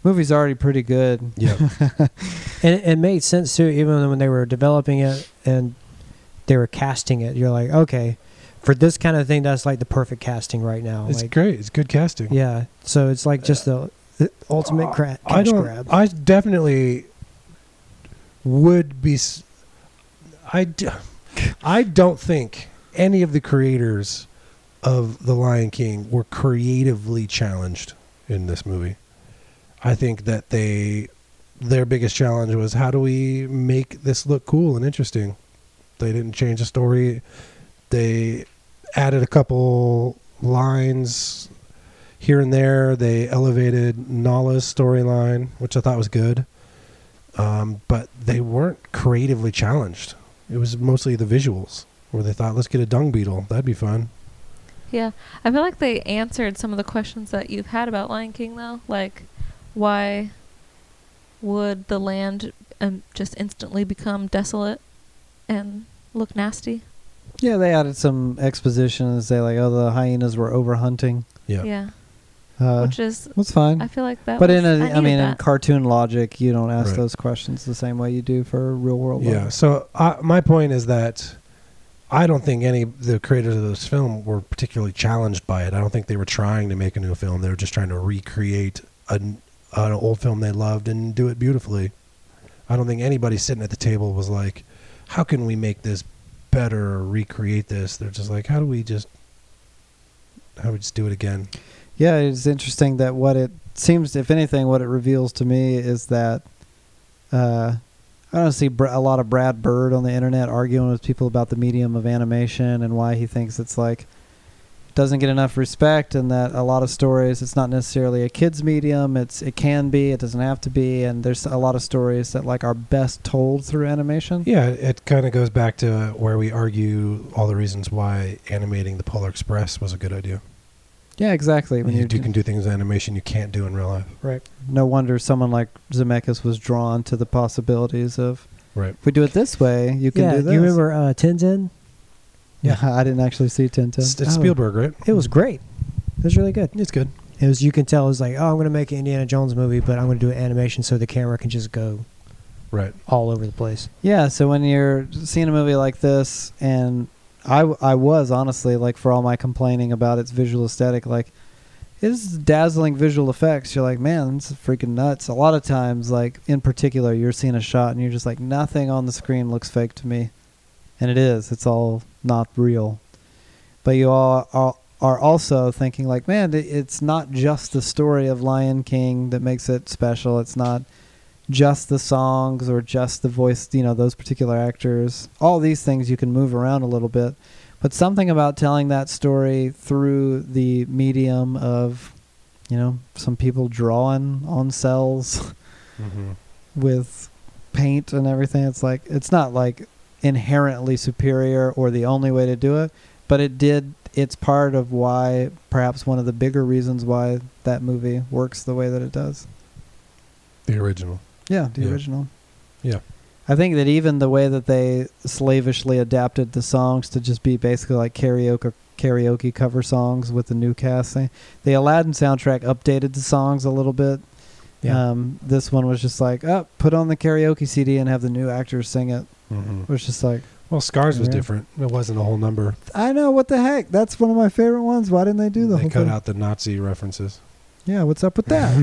[SPEAKER 1] movie's already pretty good.
[SPEAKER 3] Yeah,
[SPEAKER 2] And it- it made sense too, even when they were developing it and they were casting it. You're like, okay, for this kind of thing, that's like the perfect casting right now.
[SPEAKER 3] it's
[SPEAKER 2] like,
[SPEAKER 3] great. It's good casting.
[SPEAKER 2] Yeah, so it's like just the, the
[SPEAKER 1] Uh,
[SPEAKER 2] ultimate cra-
[SPEAKER 3] I
[SPEAKER 2] cash
[SPEAKER 3] don't.
[SPEAKER 2] grab.
[SPEAKER 3] I definitely would be. s- I d- I don't think any of the creators of The Lion King were creatively challenged in this movie. I think that they their biggest challenge was how do we make this look cool and interesting. They didn't change the story. They added a couple lines here and there. They elevated Nala's storyline, which I thought was good. Um, but they weren't creatively challenged. It was mostly the visuals where they thought, let's get a dung beetle. That'd be fun.
[SPEAKER 4] Yeah. I feel like they answered some of the questions that you've had about Lion King, though. Like, why would the land um, just instantly become desolate and look nasty?
[SPEAKER 1] Yeah, they added some exposition and say like, oh the hyenas were overhunting.
[SPEAKER 3] Yeah.
[SPEAKER 4] Yeah.
[SPEAKER 1] Uh,
[SPEAKER 4] which is
[SPEAKER 1] that's fine.
[SPEAKER 4] I feel like that.
[SPEAKER 1] but in
[SPEAKER 4] was,
[SPEAKER 1] a, I,
[SPEAKER 4] needed
[SPEAKER 1] mean, in
[SPEAKER 4] that.
[SPEAKER 1] cartoon logic, you don't ask
[SPEAKER 3] Right.
[SPEAKER 1] those questions the same way you do for real world.
[SPEAKER 3] Yeah.
[SPEAKER 1] logic.
[SPEAKER 3] So I, my point is that I don't think any of the creators of this film were particularly challenged by it. I don't think they were trying to make a new film. They were just trying to recreate an, an old film they loved and do it beautifully. I don't think anybody sitting at the table was like, "How can we make this better or recreate this?" They're just like, "How do we just how do we just do it again?"
[SPEAKER 1] Yeah, it's interesting that what it seems, if anything, what it reveals to me is that uh, I don't see Br- a lot of Brad Bird on the internet arguing with people about the medium of animation and why he thinks it's like doesn't get enough respect, and that a lot of stories it's not necessarily a kids medium. It's it can be, it doesn't have to be, and there's a lot of stories that like are best told through animation.
[SPEAKER 3] Yeah, it kind of goes back to where we argue all the reasons why animating the Polar Express was a good idea.
[SPEAKER 1] Yeah, exactly. When
[SPEAKER 3] you,
[SPEAKER 1] you're
[SPEAKER 3] do- can do things in animation you can't do in real life.
[SPEAKER 2] Right.
[SPEAKER 1] no wonder someone like Zemeckis was drawn to the possibilities of
[SPEAKER 3] Right.
[SPEAKER 1] if we do it this way, you can
[SPEAKER 2] yeah,
[SPEAKER 1] do this.
[SPEAKER 2] you remember uh, Tenzin?
[SPEAKER 1] Yeah, I didn't actually see Tintin.
[SPEAKER 3] It's, it's
[SPEAKER 2] Oh.
[SPEAKER 3] Spielberg, right?
[SPEAKER 2] It
[SPEAKER 1] Hmm.
[SPEAKER 2] was great. It was really good.
[SPEAKER 3] It's good.
[SPEAKER 2] It was you can tell it was like, oh, I'm going to make an Indiana Jones movie, but I'm going to do an animation so the camera can just go
[SPEAKER 3] Right.
[SPEAKER 2] all over the place.
[SPEAKER 1] Yeah, so when you're seeing a movie like this, and I, w- I was honestly like for all my complaining about its visual aesthetic, like it's dazzling visual effects. You're like, man, it's freaking nuts. A lot of times, like in particular, you're seeing a shot and you're just like, nothing on the screen looks fake to me, and it is. It's all not real. But you all are, are also thinking like, man, th- it's not just the story of Lion King that makes it special. It's not just the songs or just the voice, you know, those particular actors. All these things you can move around a little bit. But something about telling that story through the medium of, you know, some people drawing on cells
[SPEAKER 3] Mm-hmm.
[SPEAKER 1] with paint and everything, it's like, it's not like inherently superior or the only way to do it, but it did, it's part of why, perhaps one of the bigger reasons why that movie works the way that it does.
[SPEAKER 3] The original.
[SPEAKER 1] Yeah, the
[SPEAKER 3] Yeah.
[SPEAKER 1] original.
[SPEAKER 3] Yeah.
[SPEAKER 1] I think that even the way that they slavishly adapted the songs to just be basically like karaoke karaoke cover songs with the new cast thing. The Aladdin soundtrack updated the songs a little bit.
[SPEAKER 2] Yeah.
[SPEAKER 1] Um, this one was just like, oh, put on the karaoke CD and have the new actors sing it. It was just like,
[SPEAKER 3] Well, Scars was
[SPEAKER 1] Yeah.
[SPEAKER 3] different. It wasn't a whole number.
[SPEAKER 1] I know what the heck. That's one of my favorite ones. Why didn't they do the
[SPEAKER 3] they
[SPEAKER 1] whole
[SPEAKER 3] cut
[SPEAKER 1] thing?
[SPEAKER 3] out the Nazi references.
[SPEAKER 1] Yeah, what's up with that?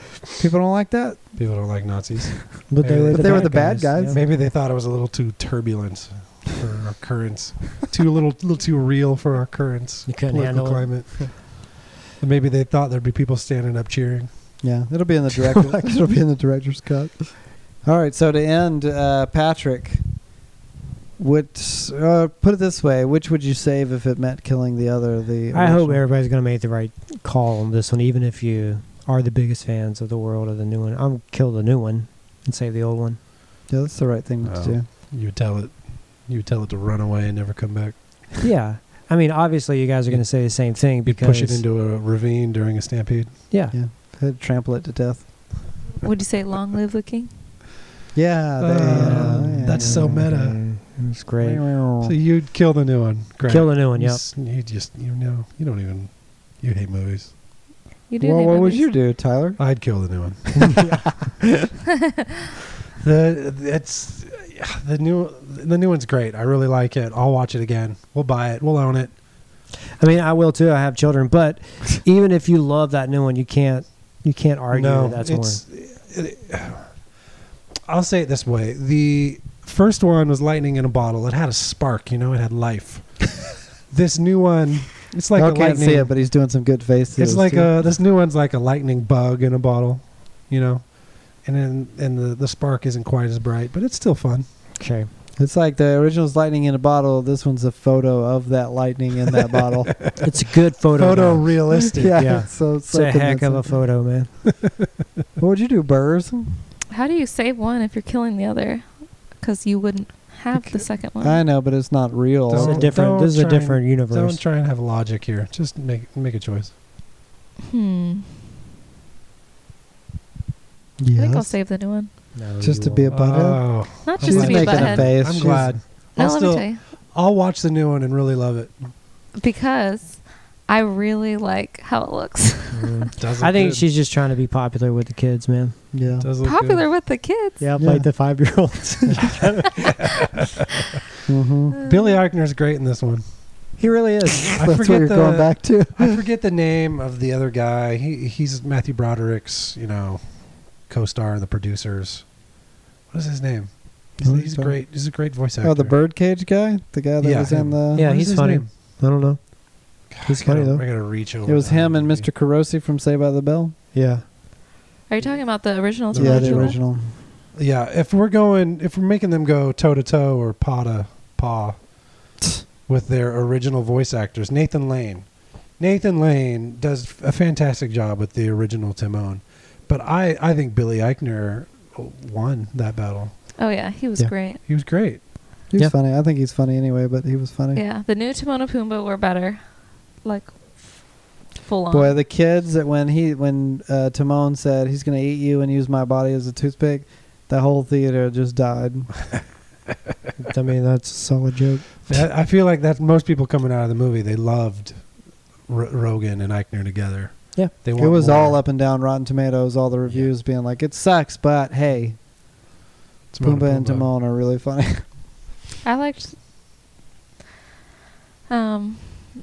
[SPEAKER 1] People don't like that.
[SPEAKER 3] People don't like Nazis.
[SPEAKER 2] But they
[SPEAKER 3] Maybe
[SPEAKER 2] were,
[SPEAKER 1] But
[SPEAKER 2] the,
[SPEAKER 1] they
[SPEAKER 2] bad
[SPEAKER 1] were the bad guys.
[SPEAKER 2] yeah.
[SPEAKER 3] Maybe they thought it was a little too turbulent for our currents. Too little, little too real for our currents.
[SPEAKER 2] You couldn't
[SPEAKER 3] political
[SPEAKER 2] handle
[SPEAKER 3] climate. And Maybe they thought there'd be people standing up cheering.
[SPEAKER 1] Yeah, it'll be in the director. it'll be in the director's cut. All right. So to end, uh, Patrick, which uh, put it this way: which would you save if it meant killing the other? The
[SPEAKER 2] I hope
[SPEAKER 1] original?
[SPEAKER 2] everybody's going to make the right call on this one, even if you are the biggest fans of the world of the new one. I'm kill the new one and save the old one.
[SPEAKER 1] Yeah, that's the right thing to
[SPEAKER 3] Oh.
[SPEAKER 1] do.
[SPEAKER 3] You would tell it. You would tell it to run away and never come back.
[SPEAKER 2] yeah. I mean, obviously, you guys are going to say the same thing
[SPEAKER 3] You'd
[SPEAKER 2] because
[SPEAKER 3] push it into a ravine during a stampede.
[SPEAKER 2] yeah.
[SPEAKER 1] Yeah. He'd trample it to death.
[SPEAKER 4] Would you say "Long Live the King"?
[SPEAKER 1] Yeah. they,
[SPEAKER 3] Uh,
[SPEAKER 1] yeah,
[SPEAKER 3] that's
[SPEAKER 1] yeah.
[SPEAKER 3] so meta.
[SPEAKER 2] It's great.
[SPEAKER 3] So you'd kill the new one. Great.
[SPEAKER 2] Kill the new one.
[SPEAKER 3] You
[SPEAKER 2] Yep.
[SPEAKER 3] s- You just you know you don't even you hate movies.
[SPEAKER 4] You do.
[SPEAKER 1] Well,
[SPEAKER 4] hate
[SPEAKER 1] what would
[SPEAKER 4] movies.
[SPEAKER 1] you do, Tyler?
[SPEAKER 3] I'd kill the new one. the it's the new the new one's great. I really like it. I'll watch it again. We'll buy it. We'll own it.
[SPEAKER 2] I mean, I will too. I have children, but even if you love that new one, you can't you can't argue
[SPEAKER 3] no,
[SPEAKER 2] that that's more.
[SPEAKER 3] it's. it- I'll say it this way: the first one was lightning in a bottle. It had a spark. You know, it had life. this new one, it's like
[SPEAKER 1] Y'all
[SPEAKER 3] a
[SPEAKER 1] can't
[SPEAKER 3] lightning.
[SPEAKER 1] see it, but he's doing some good faces.
[SPEAKER 3] It's like
[SPEAKER 1] too.
[SPEAKER 3] a this new one's like a lightning bug in a bottle, you know, and then and the the spark isn't quite as bright, but it's still fun.
[SPEAKER 2] Okay.
[SPEAKER 1] It's like the original's lightning in a bottle. This one's a photo of that lightning in that bottle.
[SPEAKER 2] It's a good photo. though.
[SPEAKER 3] realistic.
[SPEAKER 1] yeah,
[SPEAKER 2] Yeah.
[SPEAKER 1] So
[SPEAKER 2] It's a heck of a
[SPEAKER 1] photo.
[SPEAKER 2] photo, man.
[SPEAKER 1] What would you do, Burrs?
[SPEAKER 4] How do you save one if you're killing the other? Because you wouldn't have the second one.
[SPEAKER 1] I know, but it's not real.
[SPEAKER 2] This is a
[SPEAKER 3] Don't-
[SPEAKER 2] different.
[SPEAKER 3] don't
[SPEAKER 2] This is a
[SPEAKER 3] try and-
[SPEAKER 2] different universe.
[SPEAKER 3] Don't try and have logic here. Just make make a choice.
[SPEAKER 4] hmm. I think I'll save the new one.
[SPEAKER 2] No,
[SPEAKER 1] Just to
[SPEAKER 2] you
[SPEAKER 1] be a
[SPEAKER 2] won't.
[SPEAKER 1] butthead.
[SPEAKER 3] Oh,
[SPEAKER 4] Not
[SPEAKER 3] I'm
[SPEAKER 4] just to
[SPEAKER 1] She's
[SPEAKER 4] be a
[SPEAKER 1] making a
[SPEAKER 4] butthead.
[SPEAKER 1] face.
[SPEAKER 3] I'm
[SPEAKER 1] She's-
[SPEAKER 3] glad.
[SPEAKER 4] No,
[SPEAKER 3] I'll
[SPEAKER 4] let
[SPEAKER 3] still
[SPEAKER 4] me tell you.
[SPEAKER 3] I'll watch the new one and really love it.
[SPEAKER 4] Because I really like how it looks.
[SPEAKER 3] Does
[SPEAKER 2] I
[SPEAKER 3] look
[SPEAKER 2] think
[SPEAKER 3] good.
[SPEAKER 2] she's just trying to be popular with the kids, man.
[SPEAKER 1] Yeah.
[SPEAKER 3] Does look good.
[SPEAKER 4] Popular with the kids.
[SPEAKER 2] Yeah,
[SPEAKER 1] Yeah.
[SPEAKER 2] like the five year olds.
[SPEAKER 1] Mm-hmm.
[SPEAKER 4] Uh,
[SPEAKER 3] Billy Eichner's great in this one.
[SPEAKER 2] he really is.
[SPEAKER 3] I
[SPEAKER 1] That's what
[SPEAKER 3] forget
[SPEAKER 1] you're
[SPEAKER 3] the,
[SPEAKER 1] going back to.
[SPEAKER 3] I forget the name of the other guy. He he's Matthew Broderick's, you know, co-star in the producers. What is his name? He's,
[SPEAKER 1] Oh,
[SPEAKER 3] he's
[SPEAKER 1] sorry.
[SPEAKER 3] great. He's a great voice actor.
[SPEAKER 1] Oh, the birdcage guy, the guy that
[SPEAKER 3] Yeah,
[SPEAKER 1] was in
[SPEAKER 3] him.
[SPEAKER 1] the.
[SPEAKER 2] Yeah,
[SPEAKER 3] What is
[SPEAKER 2] he's
[SPEAKER 3] his
[SPEAKER 2] funny.
[SPEAKER 3] name?
[SPEAKER 2] I don't know. He's
[SPEAKER 3] I gotta-
[SPEAKER 2] funny though.
[SPEAKER 3] I gotta reach over.
[SPEAKER 1] It was
[SPEAKER 3] that
[SPEAKER 1] him and
[SPEAKER 3] movie.
[SPEAKER 1] Mr. Carosi from Say by the Bell.
[SPEAKER 2] Yeah.
[SPEAKER 4] Are you talking about the original?
[SPEAKER 3] The
[SPEAKER 4] to
[SPEAKER 1] yeah, the
[SPEAKER 3] original.
[SPEAKER 1] original.
[SPEAKER 3] Yeah, if we're going, if we're making them go toe to toe or paw to paw with their original voice actors, Nathan Lane. Nathan Lane does a fantastic job with the original Timon, but I, I think Billy Eichner won that battle.
[SPEAKER 4] Oh yeah, he was
[SPEAKER 2] Yeah.
[SPEAKER 4] great.
[SPEAKER 3] He was great.
[SPEAKER 1] He was
[SPEAKER 2] Yeah.
[SPEAKER 1] funny. I think he's funny anyway, but he was funny.
[SPEAKER 4] Yeah, the new Timon and Pumbaa were better, like f- full on.
[SPEAKER 1] Boy, the kids that when he when uh, Timon said he's gonna eat you and use my body as a toothpick, the whole theater just died.
[SPEAKER 2] I mean, that's a solid joke.
[SPEAKER 3] That- I feel like that's most people coming out of the movie. They loved R- Rogan and Eichner together.
[SPEAKER 2] Yeah.
[SPEAKER 3] they
[SPEAKER 1] It
[SPEAKER 3] want
[SPEAKER 1] was
[SPEAKER 3] more.
[SPEAKER 1] all up and down Rotten Tomatoes, all the reviews being like, "It sucks," but hey,
[SPEAKER 3] Timon
[SPEAKER 1] Pumbaa and Timon are really funny.
[SPEAKER 4] I liked um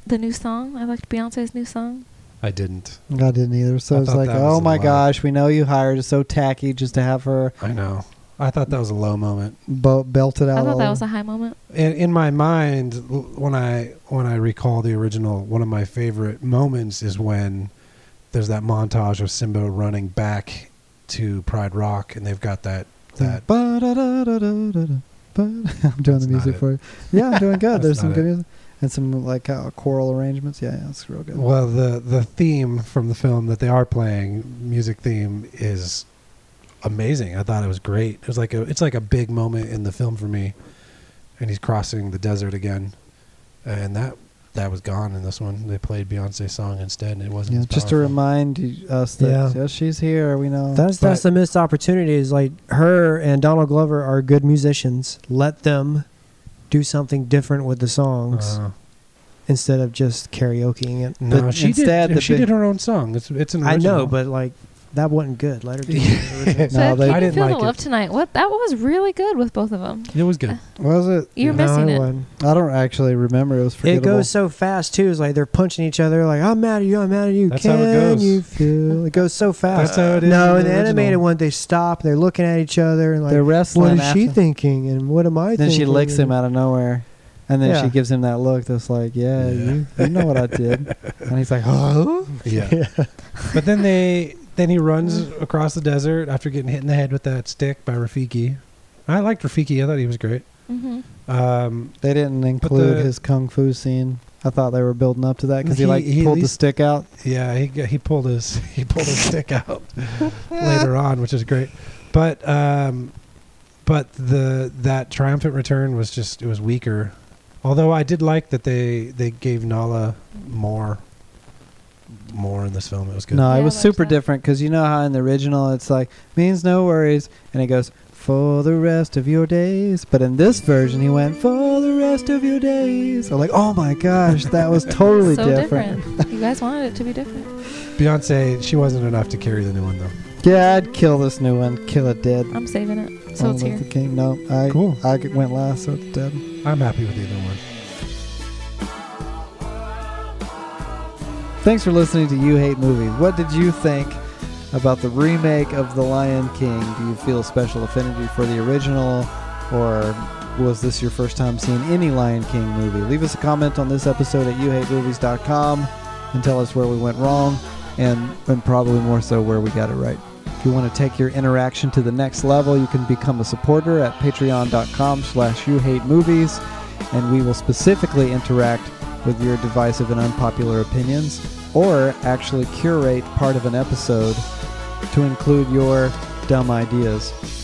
[SPEAKER 4] the new song. I liked Beyonce's new song.
[SPEAKER 3] I didn't.
[SPEAKER 1] I didn't either. So
[SPEAKER 3] I
[SPEAKER 1] it's
[SPEAKER 3] thought
[SPEAKER 1] like,
[SPEAKER 3] that was
[SPEAKER 1] "Oh
[SPEAKER 3] a
[SPEAKER 1] my
[SPEAKER 3] lot.
[SPEAKER 1] gosh, we know you hired us so tacky just to have her
[SPEAKER 3] I know. I thought that was a low moment.
[SPEAKER 1] bo- belted out."
[SPEAKER 4] I thought
[SPEAKER 1] all
[SPEAKER 4] that
[SPEAKER 1] over."
[SPEAKER 4] was a high moment.
[SPEAKER 3] in, in my mind l- when i when i recall the original one of my favorite moments is when there's that montage of simba running back to pride rock and they've got that
[SPEAKER 1] Hmm.
[SPEAKER 3] that
[SPEAKER 1] Ba-da-da-da-da-da. Ba- I'm doing
[SPEAKER 3] That's
[SPEAKER 1] the
[SPEAKER 3] not
[SPEAKER 1] music
[SPEAKER 3] it.
[SPEAKER 1] for you. Yeah, I'm doing good.
[SPEAKER 3] That's
[SPEAKER 1] There's some
[SPEAKER 3] not
[SPEAKER 1] good
[SPEAKER 3] it.
[SPEAKER 1] music and some like uh, choral arrangements. Yeah, yeah, it's real good.
[SPEAKER 3] well the the theme from the film that they are playing music theme is amazing i thought it was great it was like a it's like a big moment in the film for me and he's crossing the desert again and that that was gone in this one they played beyonce's song instead and it wasn't
[SPEAKER 1] yeah,
[SPEAKER 3] as
[SPEAKER 1] just to
[SPEAKER 3] powerful.
[SPEAKER 1] remind you- us that
[SPEAKER 2] Yeah.
[SPEAKER 1] yes, she's here. We know.
[SPEAKER 2] That's that's
[SPEAKER 3] But-
[SPEAKER 2] the missed opportunity. Is like her and Donald Glover are good musicians. Let them do something different with the songs
[SPEAKER 3] Uh,
[SPEAKER 2] instead of just karaokeing it.
[SPEAKER 3] No,
[SPEAKER 1] But
[SPEAKER 3] she
[SPEAKER 1] instead
[SPEAKER 3] did.
[SPEAKER 1] the
[SPEAKER 3] she
[SPEAKER 1] big-
[SPEAKER 3] did her own song. It's it's an
[SPEAKER 2] I
[SPEAKER 3] original.
[SPEAKER 2] know, but like that wasn't good. Let her do
[SPEAKER 3] Yeah.
[SPEAKER 2] it. original.
[SPEAKER 4] So
[SPEAKER 1] No,
[SPEAKER 4] I,
[SPEAKER 1] they-
[SPEAKER 4] Keep
[SPEAKER 1] I
[SPEAKER 4] You
[SPEAKER 3] didn't
[SPEAKER 4] feel
[SPEAKER 3] like
[SPEAKER 4] the
[SPEAKER 3] it.
[SPEAKER 4] love tonight. What that was really good with both of them.
[SPEAKER 3] it was good.
[SPEAKER 1] was it?
[SPEAKER 3] Yeah.
[SPEAKER 4] You're missing
[SPEAKER 2] No, I
[SPEAKER 4] it.
[SPEAKER 2] wasn't.
[SPEAKER 1] I don't actually remember. It was
[SPEAKER 2] It
[SPEAKER 1] forgettable.
[SPEAKER 2] goes so fast too. It's like they're punching each other. Like I'm mad at you. I'm mad at you.
[SPEAKER 3] That's how
[SPEAKER 2] Can
[SPEAKER 3] it goes.
[SPEAKER 2] you feel? It goes so fast.
[SPEAKER 3] That's how it is.
[SPEAKER 2] no, in
[SPEAKER 3] in
[SPEAKER 2] the animated one, they stop. They're looking at each other and like,
[SPEAKER 1] They're wrestling.
[SPEAKER 2] what is she
[SPEAKER 1] after-
[SPEAKER 2] thinking? And what am I
[SPEAKER 1] Then
[SPEAKER 2] thinking?
[SPEAKER 1] she licks him
[SPEAKER 2] And-
[SPEAKER 1] out of nowhere, and then
[SPEAKER 2] Yeah.
[SPEAKER 1] she gives him that look that's like, "Yeah, You, you know what I did," and he's like, "Oh."
[SPEAKER 3] Yeah. but then they then he runs across the desert after getting hit in the head with that stick by Rafiki. I liked Rafiki. I thought he was great.
[SPEAKER 4] hmm
[SPEAKER 3] Um,
[SPEAKER 1] They didn't include
[SPEAKER 3] the-
[SPEAKER 1] his kung fu scene. I thought they were building up to that because he,
[SPEAKER 3] He-
[SPEAKER 1] like
[SPEAKER 3] he at
[SPEAKER 1] pulled the
[SPEAKER 3] least-
[SPEAKER 1] stick out.
[SPEAKER 3] yeah, he g- he pulled his he pulled his stick out later on, which is great. But um, but the that triumphant return was just it was weaker. Although I did like that they they gave Nala more more in this film. It was good.
[SPEAKER 1] No,
[SPEAKER 4] Yeah,
[SPEAKER 1] it
[SPEAKER 4] I
[SPEAKER 1] was
[SPEAKER 4] liked
[SPEAKER 1] super
[SPEAKER 4] that.
[SPEAKER 1] different because you know how in the original it's like means no worries, and it goes for the rest of your days. But in this version, he went for the rest of your days. I'm like, oh my gosh, that was totally
[SPEAKER 4] so
[SPEAKER 1] different.
[SPEAKER 4] different. you guys wanted it to be different.
[SPEAKER 3] Beyonce, she wasn't enough to carry the new one though.
[SPEAKER 1] Yeah, I'd kill this new one, kill it dead.
[SPEAKER 4] I'm saving it. So
[SPEAKER 1] Martin
[SPEAKER 4] it's here.
[SPEAKER 1] Luther King. No, I
[SPEAKER 3] Cool.
[SPEAKER 1] I g- went last, so it's dead.
[SPEAKER 3] I'm happy with either one.
[SPEAKER 1] Thanks for listening to You Hate Movies. What did you think about the remake of The Lion King? Do you feel special affinity for the original, or was this your first time seeing any Lion King movie? Leave us a comment on this episode at youhatemovies.com and tell us where we went wrong, and, and probably more so where we got it right. If you want to take your interaction to the next level, you can become a supporter at patreon.com slash you hate movies, and we will specifically interact with your divisive and unpopular opinions, or actually curate part of an episode to include your dumb ideas.